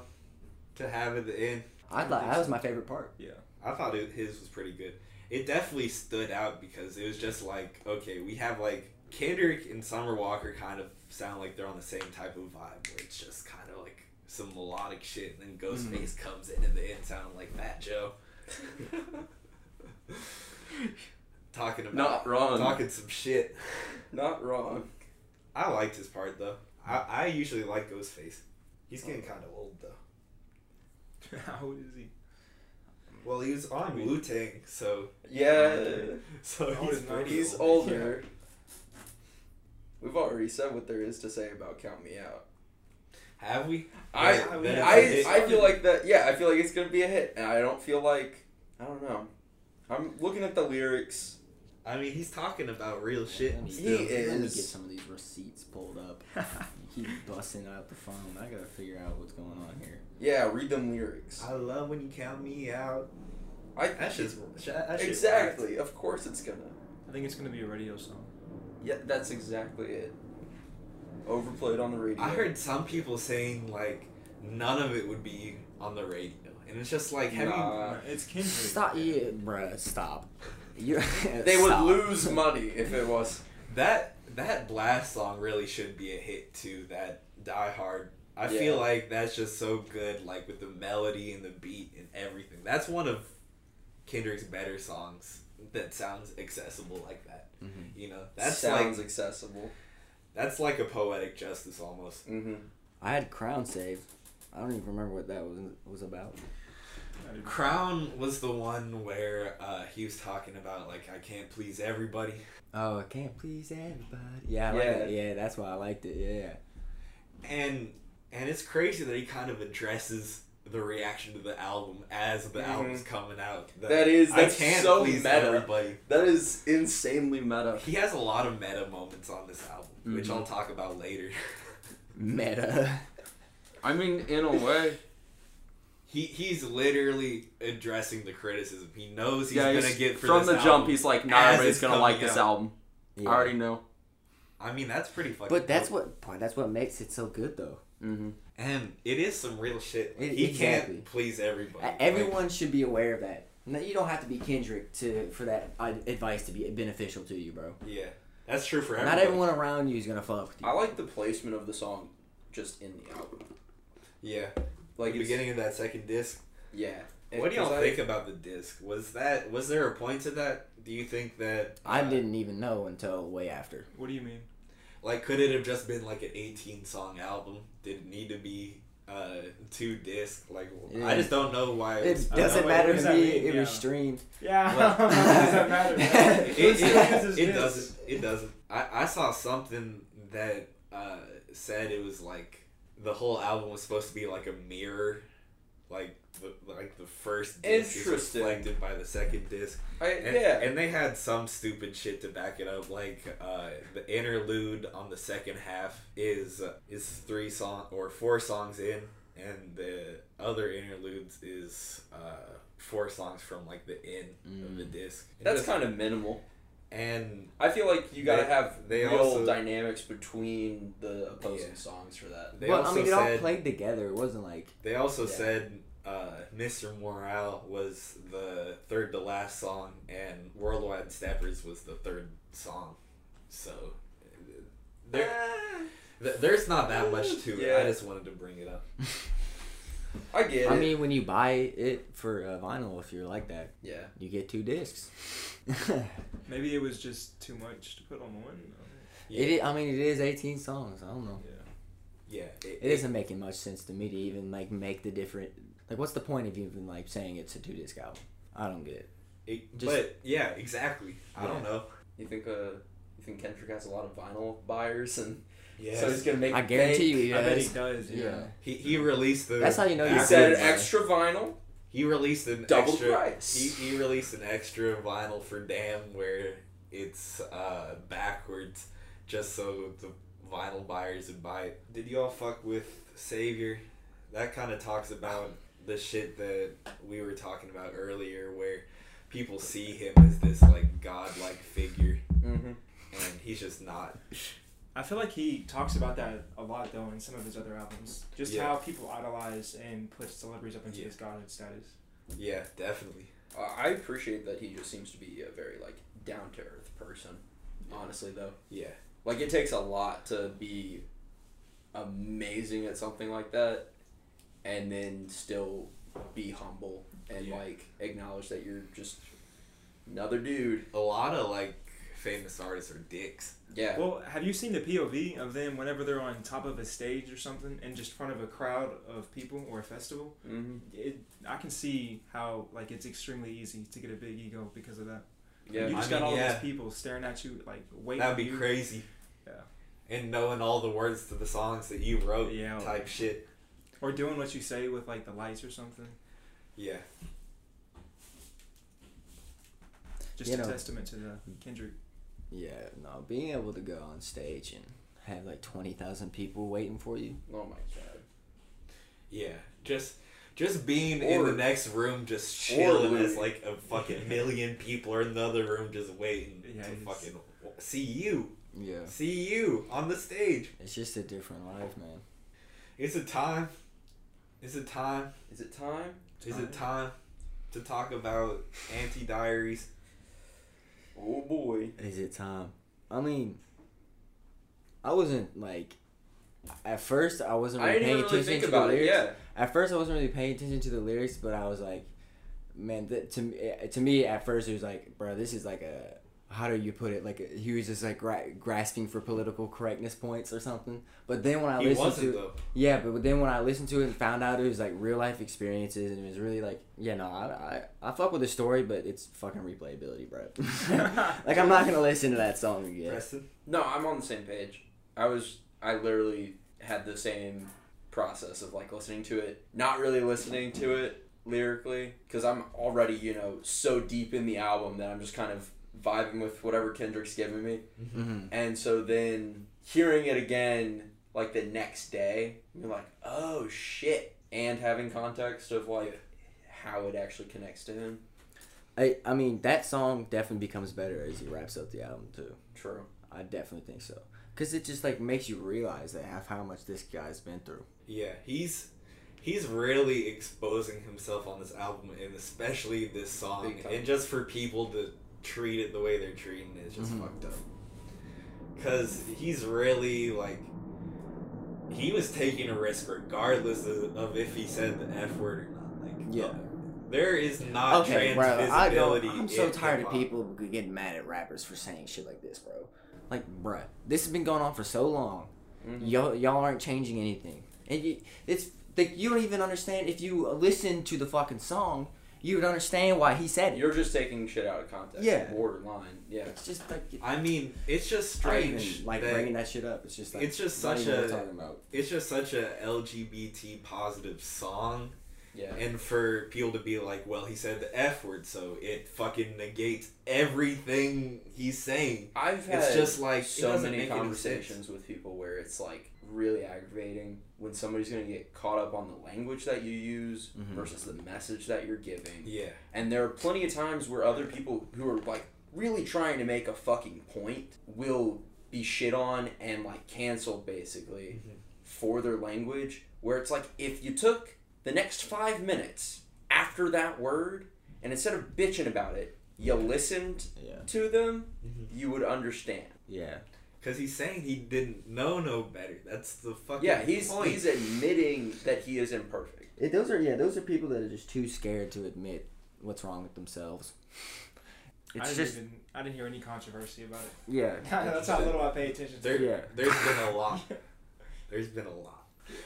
Speaker 1: To have at the end,
Speaker 3: I thought that was my favorite part.
Speaker 1: I thought it, his was pretty good. It definitely stood out because it was just like, okay, we have like Kendrick and Summer Walker kind of sound like they're on the same type of vibe where it's just kind of like some melodic shit, and then Ghostface comes in at the end sounding like Fat Joe. talking about
Speaker 2: Not wrong.
Speaker 1: talking some shit.
Speaker 2: Not wrong.
Speaker 1: I liked his part though. I, I usually like Ghostface. He's getting kind of old though.
Speaker 4: *laughs* How old is he?
Speaker 1: Well, he was on Wu Tang, so
Speaker 2: Yeah.
Speaker 1: so
Speaker 4: Oh,
Speaker 1: he's
Speaker 4: no.
Speaker 1: pretty. *laughs*
Speaker 2: He's
Speaker 1: old.
Speaker 2: older. We've already said what there is to say about Count Me Out.
Speaker 1: Have we?
Speaker 2: I
Speaker 1: Yeah,
Speaker 4: we-
Speaker 1: then
Speaker 2: I
Speaker 1: it's a hit.
Speaker 2: I *laughs* feel like that yeah, I feel like it's gonna be a hit. And I don't feel like I don't know. I'm looking at the lyrics.
Speaker 1: I mean, he's talking about real shit.
Speaker 3: Let me-
Speaker 2: He
Speaker 3: Let me get
Speaker 2: is-
Speaker 3: some of these receipts pulled up. He's busting out the phone. I gotta figure out what's going on here.
Speaker 2: Yeah, read them lyrics.
Speaker 1: I love when you count me out.
Speaker 2: I
Speaker 1: That shit's that shit
Speaker 2: exactly. Of course it's gonna.
Speaker 4: I think it's gonna be a radio song.
Speaker 2: Yeah, that's exactly it. Overplayed on the radio.
Speaker 1: I heard some people saying like none of it would be on the radio, and it's just like have
Speaker 2: Nah. Uh,
Speaker 4: No, it's Kendrick.
Speaker 3: Stop, yeah, bruh, stop. You *laughs*
Speaker 2: they would
Speaker 3: stop.
Speaker 2: lose money if it was.
Speaker 1: you that that blast song really should be a hit too. That Die Hard. I
Speaker 2: Yeah.
Speaker 1: feel like that's just so good, like with the melody and the beat and everything. That's one of Kendrick's better songs that sounds accessible like that.
Speaker 3: Mhm.
Speaker 1: You know, *laughs* that's Mm-hmm. like
Speaker 2: sounds accessible.
Speaker 1: That's like a poetic justice almost.
Speaker 2: Mm-hmm.
Speaker 3: I had Crown Save. I don't even remember what that was was about.
Speaker 1: Crown was the one where uh, he was talking about like I can't please everybody.
Speaker 3: Oh, I can't please everybody.
Speaker 2: Yeah.
Speaker 3: Yeah, I Like that. yeah, that's why I liked it. Yeah,
Speaker 1: And and it's crazy that he kind of addresses the reaction to the album as the
Speaker 5: Mm-hmm.
Speaker 4: Mhm.
Speaker 1: album's coming out.
Speaker 2: That is- that's
Speaker 1: I can't
Speaker 2: so
Speaker 1: please
Speaker 2: meta.
Speaker 1: everybody.
Speaker 2: That is insanely meta.
Speaker 1: He has a lot of meta moments on this album, which
Speaker 5: Mhm.
Speaker 1: I'll talk about later. *laughs*
Speaker 2: *laughs*
Speaker 3: Meta.
Speaker 5: I mean, in a way,
Speaker 1: He he's literally addressing the criticism. He knows *laughs* he's
Speaker 5: yeah,
Speaker 1: gonna
Speaker 5: he's-
Speaker 1: get for
Speaker 5: from
Speaker 1: this
Speaker 5: the
Speaker 1: album.
Speaker 5: jump. He's like, not
Speaker 1: as
Speaker 5: everybody's
Speaker 1: it's
Speaker 5: gonna
Speaker 1: coming
Speaker 5: like this
Speaker 1: out.
Speaker 5: album.
Speaker 3: Yeah.
Speaker 5: I already know.
Speaker 1: I mean, that's pretty fucking.
Speaker 3: But that's
Speaker 1: dope.
Speaker 3: what boy, that's what makes it so good though.
Speaker 5: Mm-hmm.
Speaker 1: and it is some real shit.
Speaker 3: It-
Speaker 1: he
Speaker 3: exactly.
Speaker 1: can't please everybody.
Speaker 3: Uh, Everyone should be aware of that. No, you don't have to be Kendrick to for that uh, advice to be beneficial to you, bro.
Speaker 1: Like, yeah, that's true for everyone.
Speaker 3: Not everyone around you is gonna fuck with you.
Speaker 2: I like the placement of the song just in the album.
Speaker 1: Yeah,
Speaker 2: Like
Speaker 1: the
Speaker 2: it's-
Speaker 1: beginning of that second disc.
Speaker 2: Yeah.
Speaker 1: What do y'all
Speaker 2: 'Cause I-
Speaker 1: think about the disc? Was that was there a point to that? Do you think that
Speaker 3: I
Speaker 1: uh,
Speaker 3: didn't even know until way after.
Speaker 4: What do you mean?
Speaker 1: Like, could it have just been like an eighteen song album? Did it need to be uh two disc? Like, I
Speaker 3: Yeah.
Speaker 1: just don't know why. It, was,
Speaker 3: Mm. It
Speaker 1: I don't know
Speaker 4: does
Speaker 3: doesn't
Speaker 4: wait,
Speaker 1: why
Speaker 3: matter
Speaker 4: what does
Speaker 3: to
Speaker 4: that
Speaker 3: me.
Speaker 4: mean?
Speaker 3: It was
Speaker 4: Yeah.
Speaker 3: streamed.
Speaker 4: Yeah.
Speaker 1: Well-
Speaker 4: *laughs* What does that matter? *laughs* man?
Speaker 1: It,
Speaker 4: Whose
Speaker 1: it,
Speaker 4: choice is
Speaker 1: it
Speaker 4: this?
Speaker 1: doesn't. It doesn't. I, I saw something that uh, said it was like the whole album was supposed to be like a mirror, like the like the first disc is
Speaker 2: Interesting.
Speaker 1: reflected by the second disc.
Speaker 2: I,
Speaker 1: And,
Speaker 2: yeah.
Speaker 1: and they had some stupid shit to back it up. Like uh, the interlude on the second half is uh, is three song or four songs in, and the other interludes is uh, four songs from like the end of the disc. It
Speaker 2: that's
Speaker 1: just-
Speaker 2: kind of minimal.
Speaker 1: and
Speaker 2: I feel like you gotta
Speaker 1: They-
Speaker 2: have
Speaker 1: they
Speaker 2: real
Speaker 1: also-
Speaker 2: dynamics between the opposing
Speaker 1: Yeah.
Speaker 2: songs for that.
Speaker 1: they
Speaker 3: well,
Speaker 1: also
Speaker 3: I mean, it all
Speaker 1: said
Speaker 3: played together. It wasn't like
Speaker 1: they also
Speaker 2: Yeah.
Speaker 1: said uh, Mr. Morale was the third to last song, and Worldwide Snappers was the third song. So uh, there,
Speaker 2: Ah,
Speaker 1: th- there's not that much to it. I
Speaker 2: Yeah.
Speaker 1: just wanted to bring it up.
Speaker 2: I get
Speaker 3: I
Speaker 2: it.
Speaker 3: mean, when you buy it for uh, vinyl, if you're like that,
Speaker 2: yeah.
Speaker 3: you get two discs. *laughs*
Speaker 4: Maybe it was just too much to put on one.
Speaker 3: It is, I mean, it is 18 songs. I don't know.
Speaker 1: Yeah, it,
Speaker 3: It isn't making much sense to me to even like make the different. Like, what's the point of even like saying it's a two disc album? I don't get it.
Speaker 1: it-
Speaker 3: just-
Speaker 1: but yeah, exactly. I don't know.
Speaker 2: You think uh, you think Kendrick has a lot of vinyl buyers, and
Speaker 1: Yeah,
Speaker 2: so he's gonna make.
Speaker 3: I guarantee you,
Speaker 4: I bet he
Speaker 3: yes.
Speaker 4: does. Yeah.
Speaker 3: Yeah.
Speaker 1: he, he released the.
Speaker 3: That's how you know
Speaker 2: He
Speaker 3: you're
Speaker 2: said
Speaker 3: good,
Speaker 2: an
Speaker 3: bro.
Speaker 2: extra vinyl.
Speaker 1: He released an
Speaker 2: Double
Speaker 1: extra.
Speaker 2: price.
Speaker 1: He, he released an extra vinyl for Damn where it's uh, backwards, just so the vinyl buyers would buy it. Did y'all fuck with Savior? That kind of talks about the shit that we were talking about earlier, where people see him as this like godlike figure,
Speaker 2: Mm-hmm.
Speaker 1: and he's just not.
Speaker 4: I feel like he talks about that a lot though in some of his other albums. Just
Speaker 1: Yeah.
Speaker 4: how people idolize and put celebrities up into
Speaker 1: Yeah.
Speaker 4: this godhood status.
Speaker 1: Yeah, definitely.
Speaker 2: Uh, I appreciate that he just seems to be a very like down to earth person. Honestly, though,
Speaker 1: Yeah.
Speaker 2: like it takes a lot to be amazing at something like that, and then still be humble and
Speaker 1: Yeah.
Speaker 2: like acknowledge that you're just another dude.
Speaker 1: A lot of like famous artists are dicks.
Speaker 2: Yeah.
Speaker 4: Well, have you seen the POV of them whenever they're on top of a stage or something and just in front of a crowd of people or a festival?
Speaker 2: hmm
Speaker 4: It, I can see how like it's extremely easy to get a big ego because of that.
Speaker 2: Yeah.
Speaker 4: You
Speaker 1: I
Speaker 4: just
Speaker 1: mean,
Speaker 4: got all
Speaker 1: yeah.
Speaker 4: these people staring at you like waiting.
Speaker 1: That'd be
Speaker 4: you.
Speaker 1: crazy.
Speaker 4: Yeah.
Speaker 1: And knowing all the words to the songs that you wrote,
Speaker 4: Yeah.
Speaker 1: type shit.
Speaker 4: Or doing what you say with like the lights or something.
Speaker 1: Yeah.
Speaker 4: Just
Speaker 3: You
Speaker 4: a
Speaker 3: know.
Speaker 4: testament to the Kendrick.
Speaker 3: Yeah, no. Being able to go on stage and have like 20,000 people waiting for you.
Speaker 2: Oh my god.
Speaker 1: Yeah. Just just being in
Speaker 2: Or-
Speaker 1: the next room just chilling as
Speaker 2: literally-
Speaker 1: like a
Speaker 4: *laughs*
Speaker 1: fucking million people are in the other room just waiting
Speaker 4: Yeah,
Speaker 1: to
Speaker 4: it's-
Speaker 1: fucking w- see you.
Speaker 3: Yeah.
Speaker 1: See you on the stage.
Speaker 3: It's just a different life, man.
Speaker 1: It's a time. It's a time.
Speaker 2: Is it time?
Speaker 1: Is it time to talk about anti diaries?
Speaker 2: Oh boy.
Speaker 3: Is it time? I mean, I wasn't like. At first, I wasn't
Speaker 2: I
Speaker 3: really
Speaker 2: didn't
Speaker 3: paying
Speaker 2: even really
Speaker 3: attention
Speaker 2: think
Speaker 3: to
Speaker 2: about
Speaker 3: the
Speaker 2: it.
Speaker 3: lyrics.
Speaker 2: Yeah.
Speaker 3: At first, I wasn't really paying attention to the lyrics, but I was like, man, that to me, eh, to me at first it was like, bro, this is like a how do you put it? Like he was just like gra- grasping for political correctness points or something. But then when I
Speaker 1: He
Speaker 3: listened
Speaker 1: wasn't
Speaker 3: to
Speaker 1: though.
Speaker 3: yeah, but then when I listened to it and found out it was like real life experiences and it was really like yeah, no, I I, I fuck with the story, but it's fucking replayability, bro. *laughs* like I'm not gonna listen to that song again.
Speaker 1: Preston.
Speaker 2: No, I'm on the same page. I was I literally had the same process of like listening to it, not really listening to it lyrically, because I'm already you know so deep in the album that I'm just kind of vibing with whatever Kendrick's giving me,
Speaker 5: Mm-hmm.
Speaker 2: and so then hearing it again like the next day, you're like, oh shit, and having context of like how it actually connects to him.
Speaker 3: I, I mean, that song definitely becomes better as he wraps up the album, too.
Speaker 2: True.
Speaker 3: I definitely think so. Because it just, like, makes you realize that half how much this guy's been through.
Speaker 1: Yeah, he's he's really exposing himself on this album, and especially this song.
Speaker 2: Big time.
Speaker 1: And just for people to treat it the way they're treating it is just
Speaker 3: Mhm.
Speaker 1: fucked up. Cause he's really like he was taking a risk regardless of, of if he said the f word or not. Like
Speaker 3: Yeah.
Speaker 1: uh, there is not
Speaker 3: okay, bro. I do
Speaker 1: transmissibility.
Speaker 3: I'm so
Speaker 1: in
Speaker 3: tired of
Speaker 1: hip-hop.
Speaker 3: people getting mad at rappers for saying shit like this, bro. Like, bruh, this has been going on for so long.
Speaker 2: Mhm.
Speaker 3: Y'all, y'all aren't changing anything, and you, it's like you don't even understand. If you listen to the fucking song, you would understand why he said it.
Speaker 2: You're just taking shit out of context.
Speaker 3: Yeah.
Speaker 2: Borderline. Yeah.
Speaker 3: it's just like it-
Speaker 1: I mean, it's just
Speaker 3: I don't
Speaker 1: strange.
Speaker 3: even like
Speaker 1: that-
Speaker 3: bringing that shit up. It's just like
Speaker 1: it's just
Speaker 3: not
Speaker 1: such
Speaker 3: even worth
Speaker 1: a-
Speaker 3: talking about.
Speaker 1: it's just such a LGBT positive song.
Speaker 2: Yeah.
Speaker 1: And for people to be like, well, he said the F word, so it fucking negates everything he's saying.
Speaker 2: I've had
Speaker 1: It's just like it
Speaker 2: so
Speaker 1: doesn't
Speaker 2: many
Speaker 1: make any
Speaker 2: conversations with people where it's like really aggravating when somebody's going to get caught up on the language that you use
Speaker 3: Mhm.
Speaker 2: versus the message that you're giving.
Speaker 1: Yeah.
Speaker 2: And there are plenty of times where other people who are like really trying to make a fucking point will be shit on and like canceled basically
Speaker 1: Mhm.
Speaker 2: for their language. Where it's like if you took the next five minutes after that word and instead of bitching about it, you listened
Speaker 3: Yeah,
Speaker 2: to them,
Speaker 1: Mhm.
Speaker 2: you would understand.
Speaker 3: yeah.
Speaker 1: Because he's saying he didn't know no better. That's the fucking
Speaker 2: Yeah, he's
Speaker 1: point.
Speaker 2: he's admitting that he is imperfect.
Speaker 3: It, those are yeah, those are people that are just too scared to admit what's wrong with themselves.
Speaker 4: I
Speaker 3: It's
Speaker 4: didn't
Speaker 3: just
Speaker 4: even. I didn't hear any
Speaker 1: *laughs*
Speaker 4: controversy about it. *laughs*
Speaker 3: yeah.
Speaker 4: That's how little I pay attention to.
Speaker 1: there,
Speaker 3: Yeah.
Speaker 1: There's *laughs* been a lot. There's been a lot.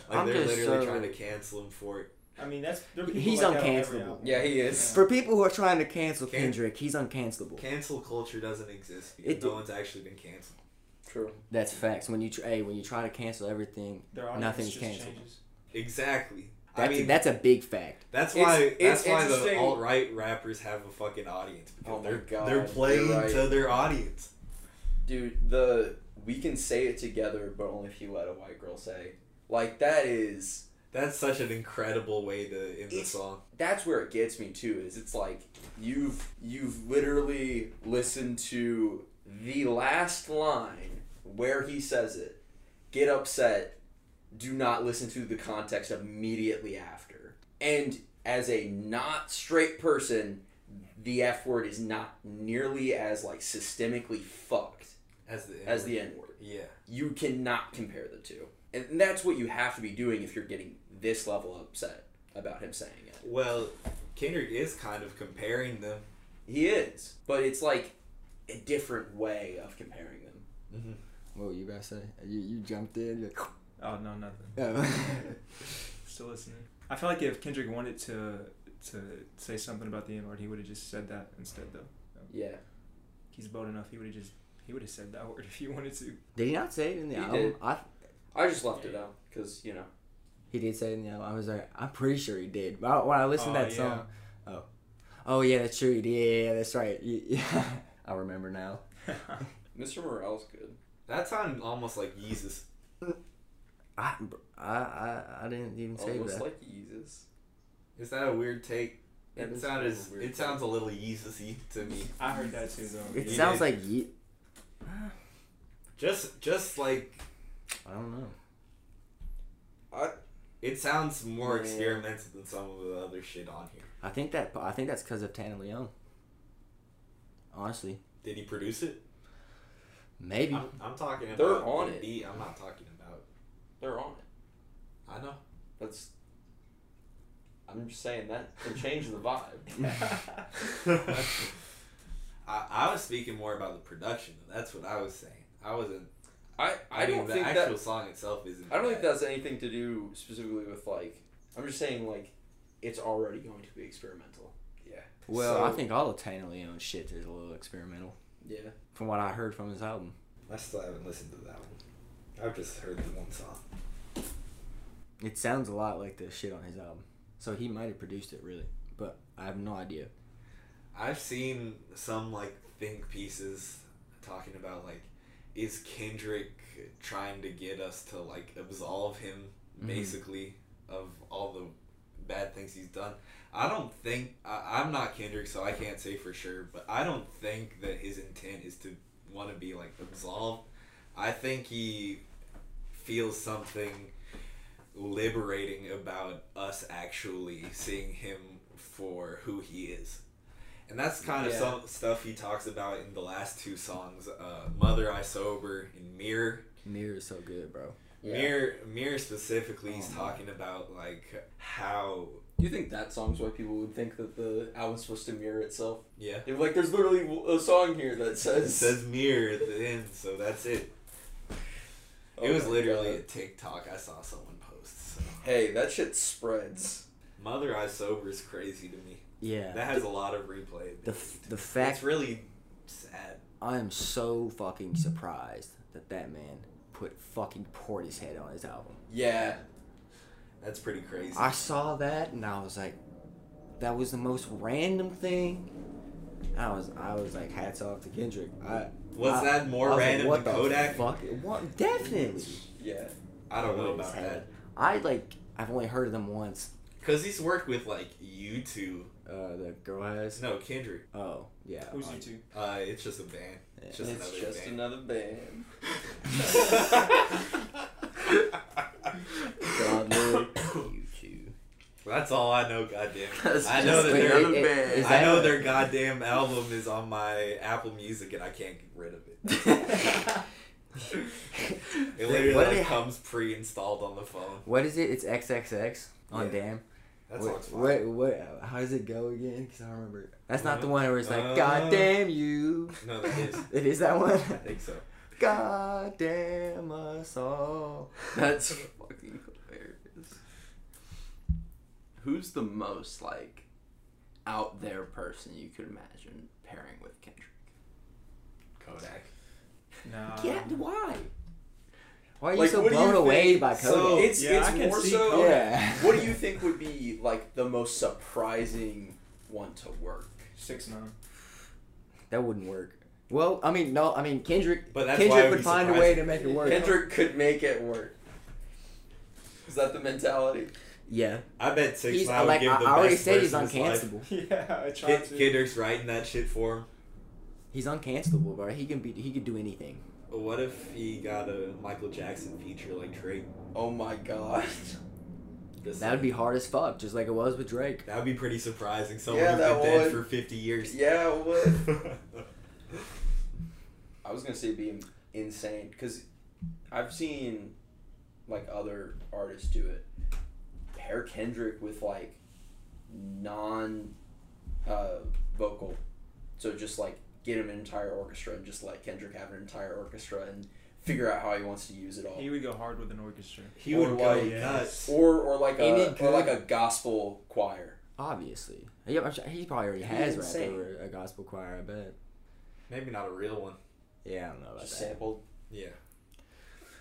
Speaker 1: Like,
Speaker 3: I'm
Speaker 1: they're
Speaker 3: just
Speaker 1: literally
Speaker 3: so-
Speaker 1: trying to cancel him for it.
Speaker 4: I mean, that's there are people
Speaker 3: He's
Speaker 4: like that on every
Speaker 3: uncancelable.
Speaker 4: album.
Speaker 2: Yeah, he is.
Speaker 3: For people who are trying to cancel
Speaker 1: Can-
Speaker 3: Kendrick, he's uncancelable.
Speaker 1: Cancel culture doesn't exist.
Speaker 3: It
Speaker 1: Because no
Speaker 3: do-
Speaker 1: one's actually been canceled.
Speaker 2: True.
Speaker 3: That's facts. When you tr- hey, when you try to cancel everything,
Speaker 4: Their audience
Speaker 3: Nothing's
Speaker 4: just
Speaker 3: canceled.
Speaker 4: changes.
Speaker 1: Exactly.
Speaker 3: that's
Speaker 1: I mean,
Speaker 3: that's a big fact.
Speaker 1: That's
Speaker 2: It's-
Speaker 1: why
Speaker 2: it's
Speaker 1: that's why the
Speaker 2: interesting-
Speaker 1: alt right rappers have a fucking audience.
Speaker 2: Oh my
Speaker 1: they're
Speaker 2: God,
Speaker 1: they're playing
Speaker 2: you're right.
Speaker 1: to their audience.
Speaker 2: Dude, the we can say it together, but only if you let a white girl say. Like that is
Speaker 1: That's such an incredible way to end the
Speaker 2: It's-
Speaker 1: song.
Speaker 2: that's where it gets me too. Is it's like you've you've literally listened to the last line where he says it. Get upset. Do not listen to the context immediately after. And as a not straight person, the F word is not nearly as like systemically fucked
Speaker 1: As the
Speaker 2: as the N word
Speaker 1: yeah.
Speaker 2: you cannot compare the two. And that's what you have to be doing if you're getting this level of upset about him saying it.
Speaker 1: Well, Kendrick is kind of comparing them.
Speaker 2: He is, but it's like a different way of comparing them.
Speaker 3: What were you about to say? You, you jumped in. You're
Speaker 4: Oh no,
Speaker 3: *laughs*
Speaker 4: nothing.
Speaker 3: like,
Speaker 4: Still listening. I feel like if Kendrick wanted to to say something about the N word, he would have just said that instead. Though
Speaker 2: Yeah.
Speaker 4: he's bold enough, he would have just he would have said that word *laughs* if he wanted to.
Speaker 3: did he not say it in the
Speaker 2: He
Speaker 3: album?
Speaker 2: did.
Speaker 3: I
Speaker 2: I just left it out because, you know.
Speaker 3: he did say it in the album. I was like, I'm pretty sure he did. But I- when I listened to
Speaker 4: Oh,
Speaker 3: that song, oh, oh yeah, that's true. He did. Yeah, that's right. Y- *laughs* Yeah. I remember now.
Speaker 2: Mr. Morale's good.
Speaker 1: That sounded almost like Jesus.
Speaker 3: I I I, I didn't even say
Speaker 2: Almost
Speaker 3: that.
Speaker 2: like Jesus.
Speaker 1: Is that a weird take?
Speaker 2: That
Speaker 1: It
Speaker 2: is
Speaker 1: sounds
Speaker 2: kind of a weird
Speaker 1: it sounds a little Yeezus-y to me.
Speaker 4: I heard that too though.
Speaker 3: it
Speaker 1: You
Speaker 3: sounds
Speaker 1: did.
Speaker 3: like ye-
Speaker 1: Just just like
Speaker 3: I don't know.
Speaker 1: it sounds more
Speaker 2: Yeah.
Speaker 1: experimental than some of the other shit on here.
Speaker 3: I think that I think that's because of Tana Leon. Honestly,
Speaker 1: Did he produce it?
Speaker 3: maybe.
Speaker 1: I'm, I'm talking about
Speaker 2: They're on
Speaker 1: the
Speaker 2: it.
Speaker 1: beat. I'm not talking about.
Speaker 2: They're on it.
Speaker 1: I know.
Speaker 2: That's. I'm just saying that can change the vibe.
Speaker 1: *laughs* I, I was speaking more about the production. though. That's what I was saying. I wasn't.
Speaker 2: I, I,
Speaker 1: I, mean,
Speaker 2: don't
Speaker 1: the
Speaker 2: think that.
Speaker 1: actual song itself isn't.
Speaker 2: I don't think
Speaker 1: bad.
Speaker 2: that's anything to do specifically with like. I'm just saying like, it's already going to be experimental. Yeah.
Speaker 3: well,
Speaker 2: so-
Speaker 3: I think all of Tana Leon's shit is a little experimental,
Speaker 2: Yeah.
Speaker 3: from what I heard from his album.
Speaker 1: I still haven't listened to that one. I've just heard the one song.
Speaker 3: It sounds a lot like the shit on his album. So he might have produced it really, but I have no idea.
Speaker 1: I've seen some like think pieces talking about like is Kendrick trying to get us to like absolve him
Speaker 3: Mhm.
Speaker 1: basically of all the bad things he's done. I don't think I, I'm not Kendrick, so I can't say for sure, but I don't think that his intent is to want to be like absolved. I think he feels something liberating about us actually seeing him for who he is. And that's kind of
Speaker 4: Yeah.
Speaker 1: some stuff he talks about in the last two songs, uh, "Mother I Sober" and "Mirror."
Speaker 3: Mirror is so good, bro.
Speaker 1: Mirror, Mirror specifically, he's
Speaker 2: Oh, man.
Speaker 1: talking about like how
Speaker 2: Do you think that song's why people would think that the album's supposed to mirror itself?
Speaker 1: yeah
Speaker 2: They're like, there's literally a song here that
Speaker 1: it
Speaker 2: says.
Speaker 1: says mirror at the end, so that's it.
Speaker 2: Oh
Speaker 1: it was
Speaker 2: my
Speaker 1: literally a
Speaker 2: God.
Speaker 1: TikTok I saw someone post. So.
Speaker 2: Hey, that shit spreads.
Speaker 1: "Mother I Sober" is crazy to me.
Speaker 3: Yeah.
Speaker 1: That has a lot of replay.
Speaker 3: the f- the
Speaker 1: That's
Speaker 3: fact
Speaker 1: really sad.
Speaker 3: I am so fucking surprised that that man put fucking Portishead on his album.
Speaker 2: Yeah.
Speaker 1: That's pretty crazy.
Speaker 3: I saw that and I was like, that was the most random thing. I was I was like, hats off to Kendrick. I,
Speaker 1: was
Speaker 3: I-
Speaker 1: that
Speaker 3: I
Speaker 1: more
Speaker 3: was like,
Speaker 1: random
Speaker 3: what
Speaker 1: than
Speaker 3: the
Speaker 1: Kodak?
Speaker 3: Fuck? What? Definitely.
Speaker 2: Yeah.
Speaker 1: I don't know about that.
Speaker 3: I like. I've only heard of them once.
Speaker 1: Cause he's worked with like you two.
Speaker 3: Uh, the girl has.
Speaker 1: No, Kendrick.
Speaker 3: Oh yeah.
Speaker 4: Who's
Speaker 3: on-
Speaker 4: you two?
Speaker 1: Uh, it's just a band.
Speaker 3: yeah.
Speaker 1: Just
Speaker 2: it's
Speaker 1: another
Speaker 2: just
Speaker 3: *laughs*
Speaker 1: band.
Speaker 2: another band.
Speaker 3: God, *coughs* Lord. you two.
Speaker 1: *coughs* That's all I know.
Speaker 3: *laughs*
Speaker 1: Goddamn.
Speaker 5: That's
Speaker 1: I know
Speaker 5: just
Speaker 1: that
Speaker 3: Wait,
Speaker 1: they're.
Speaker 5: another
Speaker 3: it- it-
Speaker 5: band.
Speaker 3: is
Speaker 1: I
Speaker 3: that-
Speaker 1: know their goddamn album is on my Apple Music and I can't get rid of *laughs*
Speaker 3: *laughs*
Speaker 1: it. it literally
Speaker 3: What do they
Speaker 1: like,
Speaker 3: have?
Speaker 1: comes pre-installed on the phone.
Speaker 3: What is it? It's XXX on
Speaker 1: Yeah.
Speaker 3: Damn.
Speaker 1: That
Speaker 3: Wait,
Speaker 1: song's fine.
Speaker 3: What, what, how does it go again? Because I don't remember. That's not the
Speaker 1: Uh,
Speaker 3: one where it's like,
Speaker 1: uh,
Speaker 3: God damn you.
Speaker 1: No, that is.
Speaker 3: *laughs* It is that one?
Speaker 1: I think so.
Speaker 3: *laughs* God damn us all. *laughs*
Speaker 2: *laughs*
Speaker 5: That's fucking hilarious. Who's the most like out there person you could imagine pairing with Kendrick?
Speaker 1: Kodak.
Speaker 4: Nah.
Speaker 3: Yeah,
Speaker 1: Um,
Speaker 3: why? Why are you
Speaker 2: Like,
Speaker 3: so
Speaker 2: what do you
Speaker 3: blown away
Speaker 2: think?
Speaker 3: by Kodak?
Speaker 1: So-
Speaker 2: It's
Speaker 4: Yeah,
Speaker 2: it's
Speaker 4: I can
Speaker 2: more
Speaker 4: see
Speaker 2: so.
Speaker 4: Kodak.
Speaker 3: yeah.
Speaker 2: What
Speaker 3: *laughs*
Speaker 2: do you think would be like the most surprising one to work?
Speaker 4: Six *laughs* nine.
Speaker 3: That wouldn't work. Well, I mean, no, I mean, Kendrick.
Speaker 1: But that's why
Speaker 3: Kendrick
Speaker 1: I'd
Speaker 3: would
Speaker 1: be
Speaker 3: find a
Speaker 1: surprised
Speaker 3: way to make it work.
Speaker 2: Kendrick could make it work. Is that the mentality?
Speaker 3: Yeah.
Speaker 1: I bet Six
Speaker 3: He's,
Speaker 1: Nine would
Speaker 3: like,
Speaker 1: give
Speaker 3: I,
Speaker 1: the
Speaker 3: I already
Speaker 1: best
Speaker 3: said he's
Speaker 1: verse of his life.
Speaker 3: uncancelable.
Speaker 4: Yeah, I tried
Speaker 1: Kid,
Speaker 4: to.
Speaker 1: Kidder's writing that shit for him.
Speaker 3: He's uncancelable, bro. He can be. He could do anything.
Speaker 1: What if he got a Michael Jackson feature like Drake?
Speaker 2: Oh my god. *laughs*
Speaker 1: Just
Speaker 3: That would be
Speaker 1: like-
Speaker 3: hard as fuck, just like it was with Drake.
Speaker 1: That would be pretty surprising. Someone
Speaker 2: Yeah,
Speaker 1: who's
Speaker 2: that
Speaker 1: been dead
Speaker 2: would.
Speaker 1: for fifty years.
Speaker 2: Yeah, it would.
Speaker 3: *laughs*
Speaker 2: I was gonna say it'd be insane because I've seen like other artists do it. Pair Kendrick with like non uh, vocal, so just like get him an entire orchestra and just let Kendrick have an entire orchestra and figure out how he wants to use it all.
Speaker 4: He would go hard with an orchestra.
Speaker 1: *laughs* he would
Speaker 2: Or
Speaker 1: go
Speaker 2: like-
Speaker 1: nuts.
Speaker 2: or or like
Speaker 3: And
Speaker 2: a
Speaker 3: it
Speaker 2: or like a
Speaker 3: could-
Speaker 2: gospel choir.
Speaker 3: Obviously. Yeah, I'm sure- he probably already
Speaker 2: He's
Speaker 3: has
Speaker 2: insane.
Speaker 3: rapped over a gospel choir, I bet.
Speaker 1: Maybe not a real one.
Speaker 3: Yeah, I don't know about
Speaker 2: Just
Speaker 3: that.
Speaker 2: sampled.
Speaker 1: Yeah.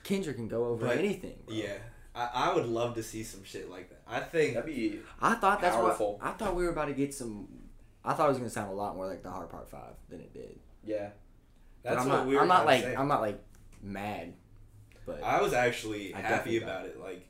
Speaker 3: Kendrick can go over
Speaker 1: But-
Speaker 3: anything. bro.
Speaker 1: Yeah. I, I would love to see some shit like that. I think
Speaker 2: That'd be
Speaker 3: I thought that's
Speaker 2: Powerful.
Speaker 3: what I thought we were about to get some. I thought it was gonna sound a lot more like the Hard Part Five than it did.
Speaker 2: yeah.
Speaker 3: But
Speaker 1: that's
Speaker 3: I'm
Speaker 1: what
Speaker 3: not.
Speaker 1: we were
Speaker 3: I'm not
Speaker 1: kinda
Speaker 3: like.
Speaker 1: saying.
Speaker 3: I'm not like mad. But
Speaker 1: I was actually
Speaker 3: I
Speaker 1: happy
Speaker 3: definitely got
Speaker 1: about it. Like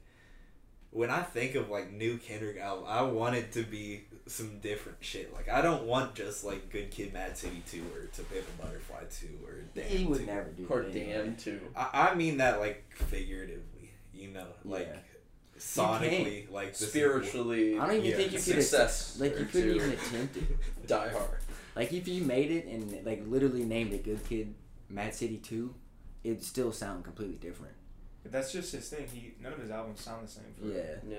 Speaker 1: when I think of like new Kendrick album, I want it to be some different shit. Like I don't want just like Good Kid, Mad City two or To Pimp a Butterfly two or Damn.
Speaker 3: he would
Speaker 1: 2.
Speaker 3: never do
Speaker 2: Or
Speaker 3: that.
Speaker 2: damn too.
Speaker 1: I, I mean that like figuratively, you know, like
Speaker 3: Yeah.
Speaker 1: sonically, like this is-
Speaker 2: Spiritually.
Speaker 3: I don't even
Speaker 1: Yeah.
Speaker 3: think you could.
Speaker 2: Success
Speaker 3: Like you
Speaker 2: or
Speaker 3: couldn't
Speaker 2: two.
Speaker 3: even attempt it.
Speaker 1: *laughs*
Speaker 2: Die Hard.
Speaker 3: Like if you made it and like literally named it Good Kid, Mad City Two, it'd still sound completely different.
Speaker 4: That's just his thing. He none of his albums sound the same. For
Speaker 3: Yeah.
Speaker 2: Yeah.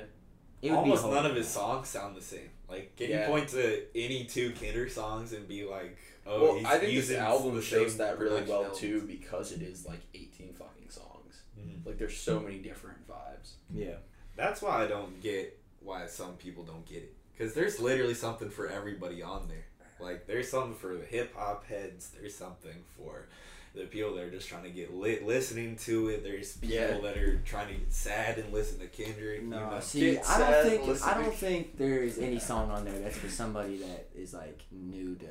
Speaker 3: It would
Speaker 1: Almost
Speaker 3: be
Speaker 1: none
Speaker 3: hard.
Speaker 1: of his songs sound the same. Like, can
Speaker 2: Yeah.
Speaker 1: you point to any two Kendrick songs and be like, "Oh,
Speaker 2: well,
Speaker 1: he's
Speaker 2: I think this
Speaker 1: using
Speaker 2: album
Speaker 1: the
Speaker 2: shows
Speaker 1: same
Speaker 2: that really
Speaker 1: production
Speaker 2: well
Speaker 1: elements.
Speaker 2: too because it is like 18 fucking songs.
Speaker 1: Mhm.
Speaker 2: Like there's so many different vibes.
Speaker 3: Yeah.
Speaker 1: That's why I don't get why some people don't get it. Because there's literally something for everybody on there. Like, there's something for the hip hop heads. There's something for the people that are just trying to get lit listening to it. There's people
Speaker 2: Yeah.
Speaker 1: that are trying to get sad and listen to Kendrick. you
Speaker 3: No,
Speaker 1: know.
Speaker 3: see,
Speaker 2: Get
Speaker 3: I
Speaker 2: sad,
Speaker 3: don't think
Speaker 2: listen
Speaker 3: I
Speaker 2: to-
Speaker 3: don't think there is any song on there that's for somebody that is like new to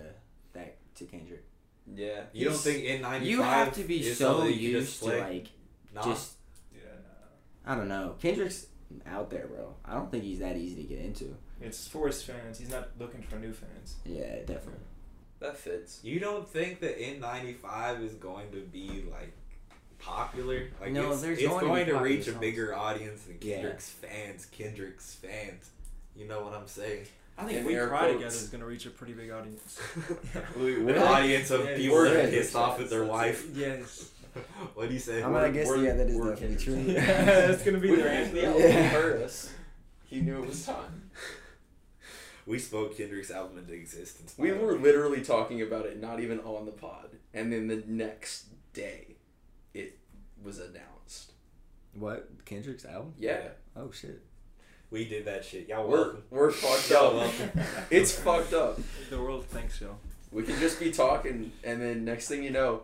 Speaker 3: that to Kendrick.
Speaker 2: Yeah.
Speaker 1: You don't
Speaker 3: He's-
Speaker 1: think in ninety
Speaker 3: You have to be so used
Speaker 1: just
Speaker 3: to
Speaker 1: flick?
Speaker 3: like
Speaker 1: Nah.
Speaker 3: just
Speaker 4: Yeah, no.
Speaker 3: I don't know. Kendrick's out there, bro. I don't think he's that easy to get into.
Speaker 4: It's for his fans. He's not looking for new fans.
Speaker 3: Yeah, definitely.
Speaker 2: That fits.
Speaker 1: you don't think that N ninety five is going to be like popular? Like
Speaker 3: No,
Speaker 1: it's,
Speaker 3: there's
Speaker 1: it's
Speaker 3: going to be
Speaker 1: going to,
Speaker 3: popular
Speaker 1: reach a
Speaker 3: songs.
Speaker 1: bigger audience than
Speaker 3: Yeah.
Speaker 1: Kendrick's fans. Kendrick's fans. You know what I'm
Speaker 3: *laughs*
Speaker 1: saying?
Speaker 4: I think
Speaker 2: In
Speaker 4: We
Speaker 2: air
Speaker 4: Cry
Speaker 2: quotes.
Speaker 4: Together is going to reach a pretty big audience.
Speaker 1: An audience of
Speaker 4: Yeah,
Speaker 1: people that are
Speaker 3: we're-
Speaker 1: pissed off at their
Speaker 2: that's it.
Speaker 1: wife.
Speaker 4: *laughs* yes.
Speaker 1: *laughs* What do you say?
Speaker 3: I'm gonna guess
Speaker 2: we're-
Speaker 3: yeah, that is
Speaker 2: we're
Speaker 3: definitely true. *laughs*
Speaker 2: Kendrick.
Speaker 4: yeah, that's going to be
Speaker 2: When
Speaker 4: their
Speaker 2: Randy
Speaker 3: Yeah.
Speaker 4: answer.
Speaker 2: Alcorn *laughs* heard us, he knew it was time.
Speaker 1: We spoke Kendrick's album into existence.
Speaker 2: We were literally talking about it, not even on the pod, and then the next day, it was announced.
Speaker 3: What Kendrick's album?
Speaker 2: Yeah,
Speaker 3: Oh shit.
Speaker 1: We did that shit. Y'all
Speaker 2: we're
Speaker 1: welcome.
Speaker 2: we're fucked
Speaker 1: Y'all
Speaker 2: up.
Speaker 1: welcome.
Speaker 2: *laughs* It's fucked up.
Speaker 4: The world thinks so.
Speaker 2: We can just be talking, and then next thing you know,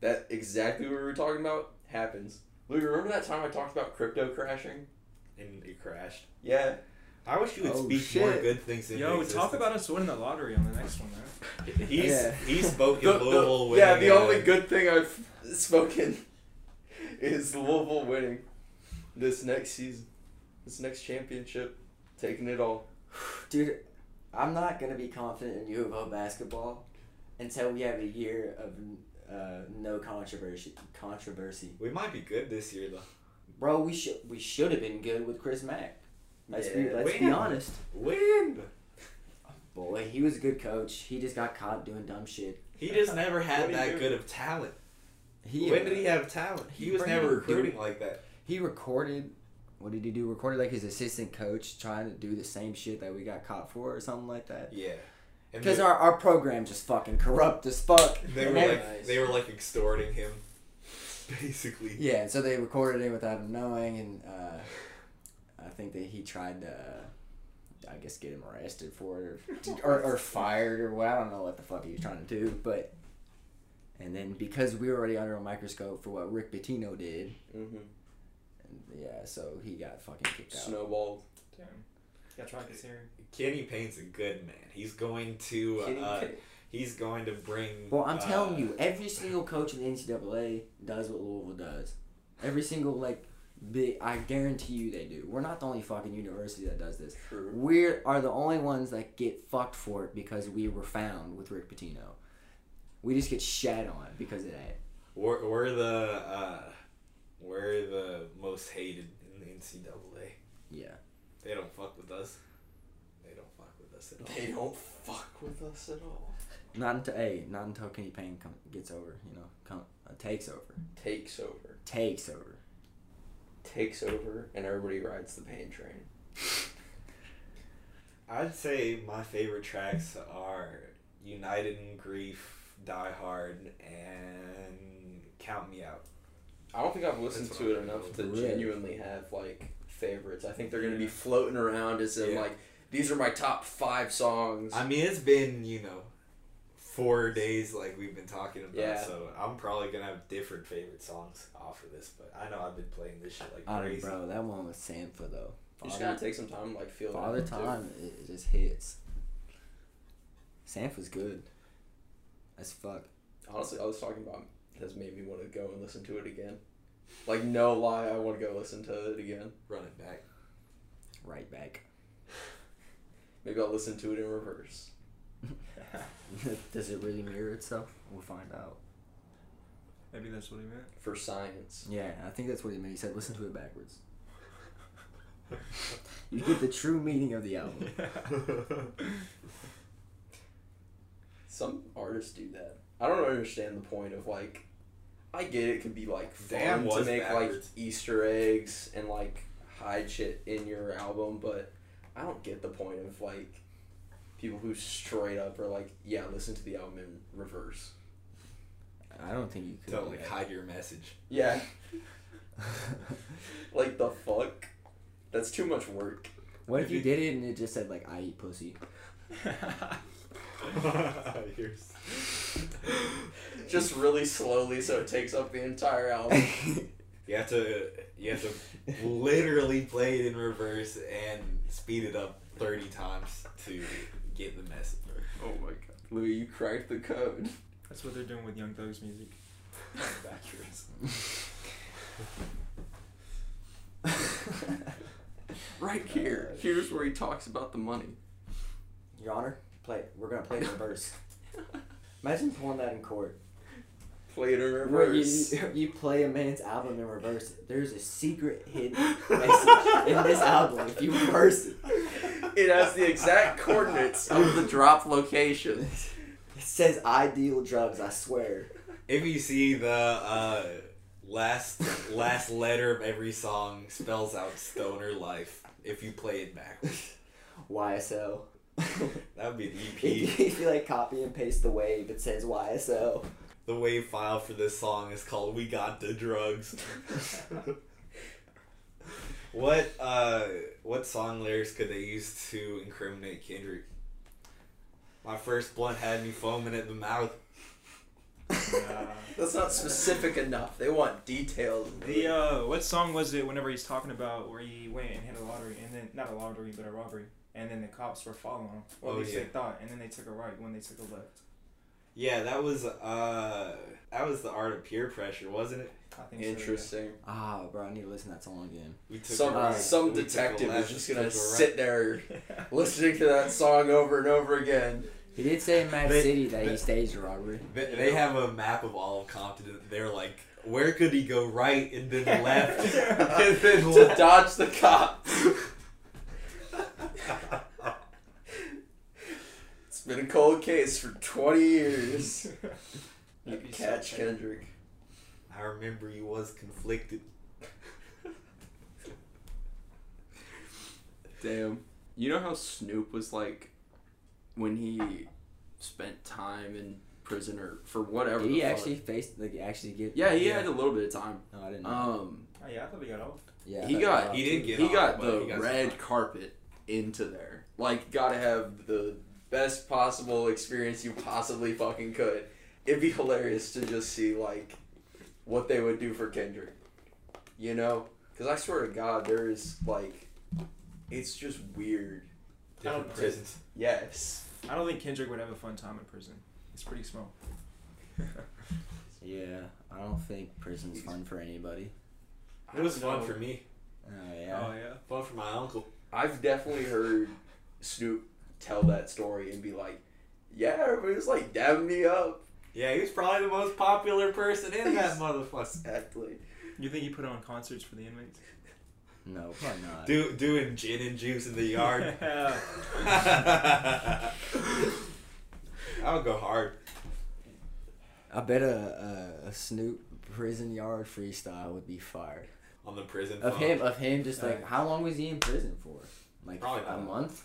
Speaker 2: that exactly what we were talking about happens. Lou, you remember that time I talked about crypto crashing?
Speaker 1: And it crashed.
Speaker 2: Yeah.
Speaker 1: I wish you would
Speaker 3: Oh,
Speaker 1: speak more
Speaker 3: shit.
Speaker 1: good things. Into
Speaker 4: Yo,
Speaker 1: existence.
Speaker 4: talk about us winning the lottery on the next one, man.
Speaker 1: He's
Speaker 3: Yeah.
Speaker 1: he spoke in
Speaker 2: *laughs* The- the-
Speaker 1: Louisville. with
Speaker 2: yeah, the
Speaker 1: uh,
Speaker 2: only good thing I've spoken *laughs* is Louisville winning this next season, this next championship, taking it all.
Speaker 3: Dude, I'm not gonna be confident in U of O basketball until we have a year of uh, no controversy. Controversy,
Speaker 1: We might be good this year though.
Speaker 3: bro. We should we should have been good with Chris Mack. Let's be
Speaker 2: Yeah.
Speaker 1: We
Speaker 3: let's be
Speaker 1: have-
Speaker 3: honest.
Speaker 1: Win.
Speaker 3: Boy, he was a good coach. He just got caught doing dumb shit.
Speaker 1: He just never
Speaker 4: What
Speaker 1: had
Speaker 4: do you
Speaker 1: that
Speaker 4: do?
Speaker 1: good of talent.
Speaker 3: He
Speaker 1: When did he have talent? He,
Speaker 3: He
Speaker 1: was
Speaker 3: bring-
Speaker 1: never recruiting like that.
Speaker 3: he recorded. What did he do? Recorded like his assistant coach trying to do the same shit that we got caught for or something like that.
Speaker 1: Yeah. And
Speaker 3: Because
Speaker 1: they-
Speaker 3: our, our program just fucking corrupt as fuck.
Speaker 1: they
Speaker 3: And
Speaker 1: were
Speaker 3: they-
Speaker 1: like they were like extorting him, *laughs* basically.
Speaker 3: Yeah, and so they recorded it without him knowing, and uh, I think that he tried to, uh, I guess, get him arrested for it or, or, or fired or what. I don't know what the fuck he was trying to do, but. And then because we were already under a microscope for what Rick Pitino did,
Speaker 2: Mm-hmm.
Speaker 3: and yeah, so he got fucking kicked out.
Speaker 2: Snowballed.
Speaker 4: Damn. Got Rockets here.
Speaker 1: Kenny Payne's a good man. He's going to
Speaker 2: Kenny
Speaker 1: uh,
Speaker 2: Payne.
Speaker 1: he's going to bring.
Speaker 3: Well, I'm
Speaker 1: uh,
Speaker 3: telling you, every single coach in the NCAA does what Louisville does. Every single like, big, I guarantee you they do. We're not the only fucking university that does this.
Speaker 2: True.
Speaker 3: we are the only ones that get fucked for it because we were found with Rick Pitino. We just get shat on because of that.
Speaker 1: We're, we're the uh, we're the most hated in the NCAA.
Speaker 3: Yeah.
Speaker 1: They don't fuck with us. They don't fuck with us at all.
Speaker 2: They don't fuck with us at all.
Speaker 3: Not until a not until Kenny Payne come, gets over, you know, come, uh, takes over,
Speaker 2: Takes over.
Speaker 3: takes over.
Speaker 2: Takes over, and everybody rides the pain train.
Speaker 1: I'd say my favorite tracks are United in Grief, Die Hard, and Count Me Out.
Speaker 2: I don't think I've listened
Speaker 1: That's
Speaker 2: to
Speaker 1: what
Speaker 2: it
Speaker 1: I'm
Speaker 2: enough to
Speaker 3: Really?
Speaker 2: genuinely have like favorites. I think they're gonna be floating around as in
Speaker 1: Yeah.
Speaker 2: like these are my top five songs.
Speaker 1: I mean, it's been, you know, four days like we've been talking about,
Speaker 2: Yeah.
Speaker 1: so I'm probably going to have different favorite songs off of this, but I know I've been playing this shit like
Speaker 3: I don't,
Speaker 1: crazy.
Speaker 3: bro, that one with Sanfa though.
Speaker 2: you just gotta
Speaker 3: Father,
Speaker 2: take some time to, like feel it
Speaker 3: Father
Speaker 2: out, Oh, too.
Speaker 3: Time, it, it just hits. Sanfa's good. As fuck.
Speaker 2: Honestly, I was talking about has made me want to go and listen to it again. Like no lie, I want to go listen to it again.
Speaker 1: Run it
Speaker 3: *laughs*
Speaker 1: back.
Speaker 3: Right back. *laughs*
Speaker 2: Maybe I'll listen to it in reverse.
Speaker 3: Does it really mirror itself? We'll find out.
Speaker 4: Maybe that's what he meant.
Speaker 2: for science.
Speaker 3: Yeah, I think that's what he meant. He said, listen to it backwards. *laughs* You get the true meaning of the *laughs* album.
Speaker 2: Some artists do that. I don't understand the point of like. I get it can be like fun
Speaker 1: Damn
Speaker 2: to
Speaker 1: was
Speaker 2: make
Speaker 1: backwards.
Speaker 2: like Easter eggs and like hide shit in your album, but I don't get the point of like people who straight up are like, yeah, listen to the album in reverse.
Speaker 3: I don't think you could.
Speaker 1: to
Speaker 3: do
Speaker 1: like
Speaker 3: that.
Speaker 1: hide your
Speaker 3: *laughs*
Speaker 1: message. *laughs*
Speaker 2: Yeah, *laughs* like the fuck. That's too much work.
Speaker 3: what if you did it and it just said like "I eat pussy"?
Speaker 1: You're s-
Speaker 2: just really slowly, so it takes up the entire
Speaker 3: *laughs*
Speaker 2: album.
Speaker 1: You have to you have to literally play it in reverse and speed it up thirty times to get the
Speaker 3: *laughs*
Speaker 1: message.
Speaker 5: Oh my god.
Speaker 2: Louis, you cracked the code.
Speaker 4: *laughs* That's what they're doing with Young Thug's music.
Speaker 1: Backwards.
Speaker 5: Right here. Here's where he talks about the money.
Speaker 3: Your Honor, play it. We're gonna play it in *laughs* reverse. Imagine pulling that in court.
Speaker 2: Played in
Speaker 3: Where you,
Speaker 2: reverse.
Speaker 3: you- you play a man's album in reverse. There's a secret hidden message *laughs* in this album. If you reverse it,
Speaker 2: *laughs* It has the exact
Speaker 5: *laughs*
Speaker 2: coordinates
Speaker 5: Of the drop location.
Speaker 3: it says I deal drugs. I swear.
Speaker 1: If you see the uh, last last letter of every song spells out stoner life if you play it backwards.
Speaker 3: YSO. *laughs*
Speaker 1: That would be E an EP.
Speaker 3: if, you, if you like copy and paste the wave, it says YSO.
Speaker 1: The wave file for this song is called "We Got the Drugs." what uh, what song lyrics could they use to incriminate Kendrick? My first blunt had me foaming at the mouth.
Speaker 2: *laughs* That's not specific enough. They want detailed.
Speaker 4: *laughs* the uh, what song was it? Whenever he's talking about where he went and hit a lottery, and then not a lottery but a robbery, and then the cops were following him. Or
Speaker 1: Oh,
Speaker 4: at least
Speaker 1: yeah.
Speaker 4: they thought, and then they took a right when they took a left.
Speaker 1: Yeah, that was uh, that was the art of peer pressure, wasn't it?
Speaker 4: I think so, yeah. *laughs*
Speaker 2: Interesting.
Speaker 3: Ah, bro, I need to listen to that song again.
Speaker 1: We took
Speaker 2: Some
Speaker 1: a right,
Speaker 2: some
Speaker 1: we took a
Speaker 2: detective
Speaker 1: left,
Speaker 2: is just
Speaker 1: we
Speaker 2: gonna
Speaker 1: took a right.
Speaker 2: sit there
Speaker 4: *laughs*
Speaker 2: listening to that song over and over
Speaker 5: *laughs*
Speaker 2: again.
Speaker 3: He did say in Mad
Speaker 1: They-
Speaker 3: City that
Speaker 1: they-
Speaker 3: he staged a robbery.
Speaker 1: They, they have a map of all of Compton. They're like, where could he go right and then
Speaker 2: *laughs*
Speaker 1: left *laughs* and then
Speaker 2: to
Speaker 1: left?
Speaker 2: dodge the
Speaker 5: *laughs*
Speaker 2: cops. It's been a cold case for 20
Speaker 5: *laughs*
Speaker 2: years.
Speaker 4: You'd be so
Speaker 2: Catch
Speaker 4: funny.
Speaker 2: Kendrick.
Speaker 1: I remember he was conflicted.
Speaker 5: Damn. You know how Snoop was like when he spent time in prison or for whatever.
Speaker 3: Did he
Speaker 5: the fuck.
Speaker 3: actually face like actually get?
Speaker 5: Yeah, he had a little bit of time.
Speaker 3: No, I didn't. know.
Speaker 5: Um,
Speaker 4: Oh, yeah, I thought we got off.
Speaker 3: yeah, I
Speaker 5: he
Speaker 3: thought
Speaker 5: got-
Speaker 3: robbed
Speaker 1: he did
Speaker 3: too.
Speaker 1: get
Speaker 5: he
Speaker 1: off,
Speaker 5: got
Speaker 1: but
Speaker 5: the
Speaker 1: he got
Speaker 5: red
Speaker 1: some-
Speaker 5: carpet into there.
Speaker 2: Like, gotta have the best possible experience you possibly fucking could. It'd be hilarious to just see, like, what they would do for Kendrick. You know? Because I swear to God, there is, like, it's just weird.
Speaker 4: don't
Speaker 1: Different
Speaker 4: know.
Speaker 1: prisons. *laughs*
Speaker 2: Yes.
Speaker 4: I don't think Kendrick would have a fun time in prison. It's pretty small.
Speaker 3: Yeah, I don't think prison's fun for anybody.
Speaker 1: It was fun
Speaker 4: No.
Speaker 1: for me.
Speaker 3: Oh yeah.
Speaker 4: Oh yeah.
Speaker 1: Fun for my uncle.
Speaker 2: I've definitely heard Snoop tell that story and be like, yeah, everybody was like dabbing me up.
Speaker 1: Yeah, he was probably the most popular person in *laughs* that motherfucker.
Speaker 2: Exactly.
Speaker 4: You think he put on concerts for the inmates?
Speaker 3: No, probably not.
Speaker 1: Do, doing gin and juice in the *laughs* yard.
Speaker 4: Yeah.
Speaker 1: I would go hard.
Speaker 3: I bet a, a, a Snoop prison yard freestyle would be fire.
Speaker 1: On the prison
Speaker 3: Of
Speaker 1: phone.
Speaker 3: him, uh of him, just like
Speaker 4: Alright.
Speaker 3: how long was he in prison for? Like
Speaker 1: Probably
Speaker 3: a
Speaker 1: not.
Speaker 3: month,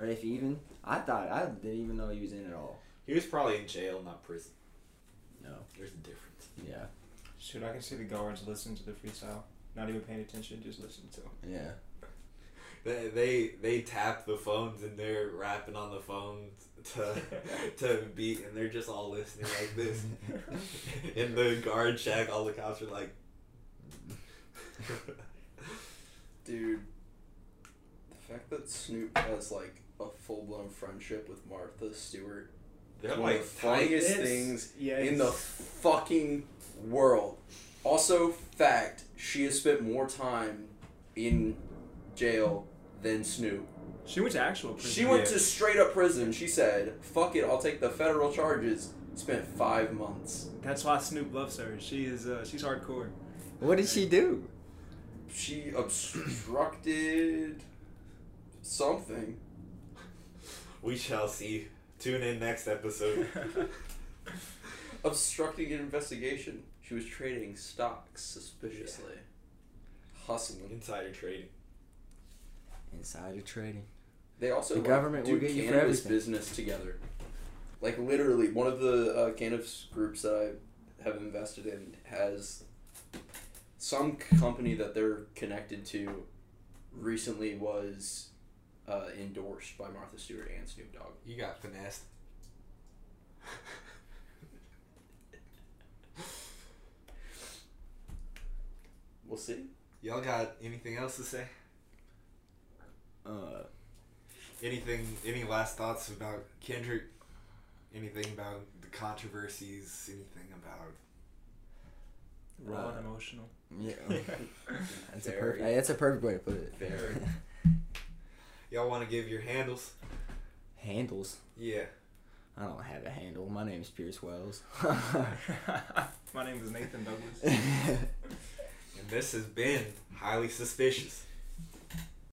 Speaker 3: or if even. I thought I didn't even know he was in at all.
Speaker 1: He was probably in jail, not prison.
Speaker 3: No.
Speaker 1: There's a difference.
Speaker 3: Yeah.
Speaker 4: Shoot, I can see the guards listening to the freestyle, not even paying attention, just listening to him.
Speaker 3: Yeah.
Speaker 1: They they, they tap the phones and they're rapping on the phones *laughs* to to beat and they're just all listening like *laughs* this. in the guard shack, all the cops are like.
Speaker 2: Dude, the fact that Snoop has like a full blown friendship with Martha Stewart
Speaker 1: they're
Speaker 2: One
Speaker 1: like
Speaker 2: of the funniest
Speaker 4: It's-
Speaker 2: things
Speaker 4: yeah,
Speaker 2: in the
Speaker 4: it's-
Speaker 2: fucking world. Also, fact, she has spent more time in jail than Snoop.
Speaker 4: She went to actual prison.
Speaker 2: She went
Speaker 1: Yeah.
Speaker 2: to straight up prison. She said, "Fuck it, I'll take the federal charges." Spent five months.
Speaker 4: That's why Snoop loves her. She is. Uh, she's hardcore.
Speaker 3: What did she do?
Speaker 2: She obstructed something.
Speaker 1: *laughs* We shall see. Tune in next *laughs* episode.
Speaker 2: Obstructing an investigation. She was trading stocks suspiciously. Hustling.
Speaker 1: Insider trading.
Speaker 3: Insider trading.
Speaker 2: They also
Speaker 3: The
Speaker 2: like,
Speaker 3: government
Speaker 2: do
Speaker 3: will get you for
Speaker 2: cannabis
Speaker 3: everything.
Speaker 2: business together. Like literally, one of the uh, cannabis groups that I have invested in has some company that they're connected to. Recently, was uh, endorsed by Martha Stewart and Snoop Dogg.
Speaker 1: You got finessed.
Speaker 2: We'll see.
Speaker 1: Y'all got anything else to say? Uh, anything? Any last thoughts about Kendrick? Anything about the controversies? Anything about?
Speaker 4: Raw and
Speaker 3: Uh,
Speaker 4: emotional.
Speaker 3: *laughs* Yeah. oh, That's a
Speaker 2: Very-
Speaker 3: perfect. That's a perfect way to put it.
Speaker 2: Very.
Speaker 1: Y'all want to give your handles?
Speaker 3: *laughs* Handles.
Speaker 1: Yeah.
Speaker 3: I don't have a handle. My name's Pierce Wells.
Speaker 4: *laughs* My name is Nathan Douglas.
Speaker 1: And this has been highly suspicious.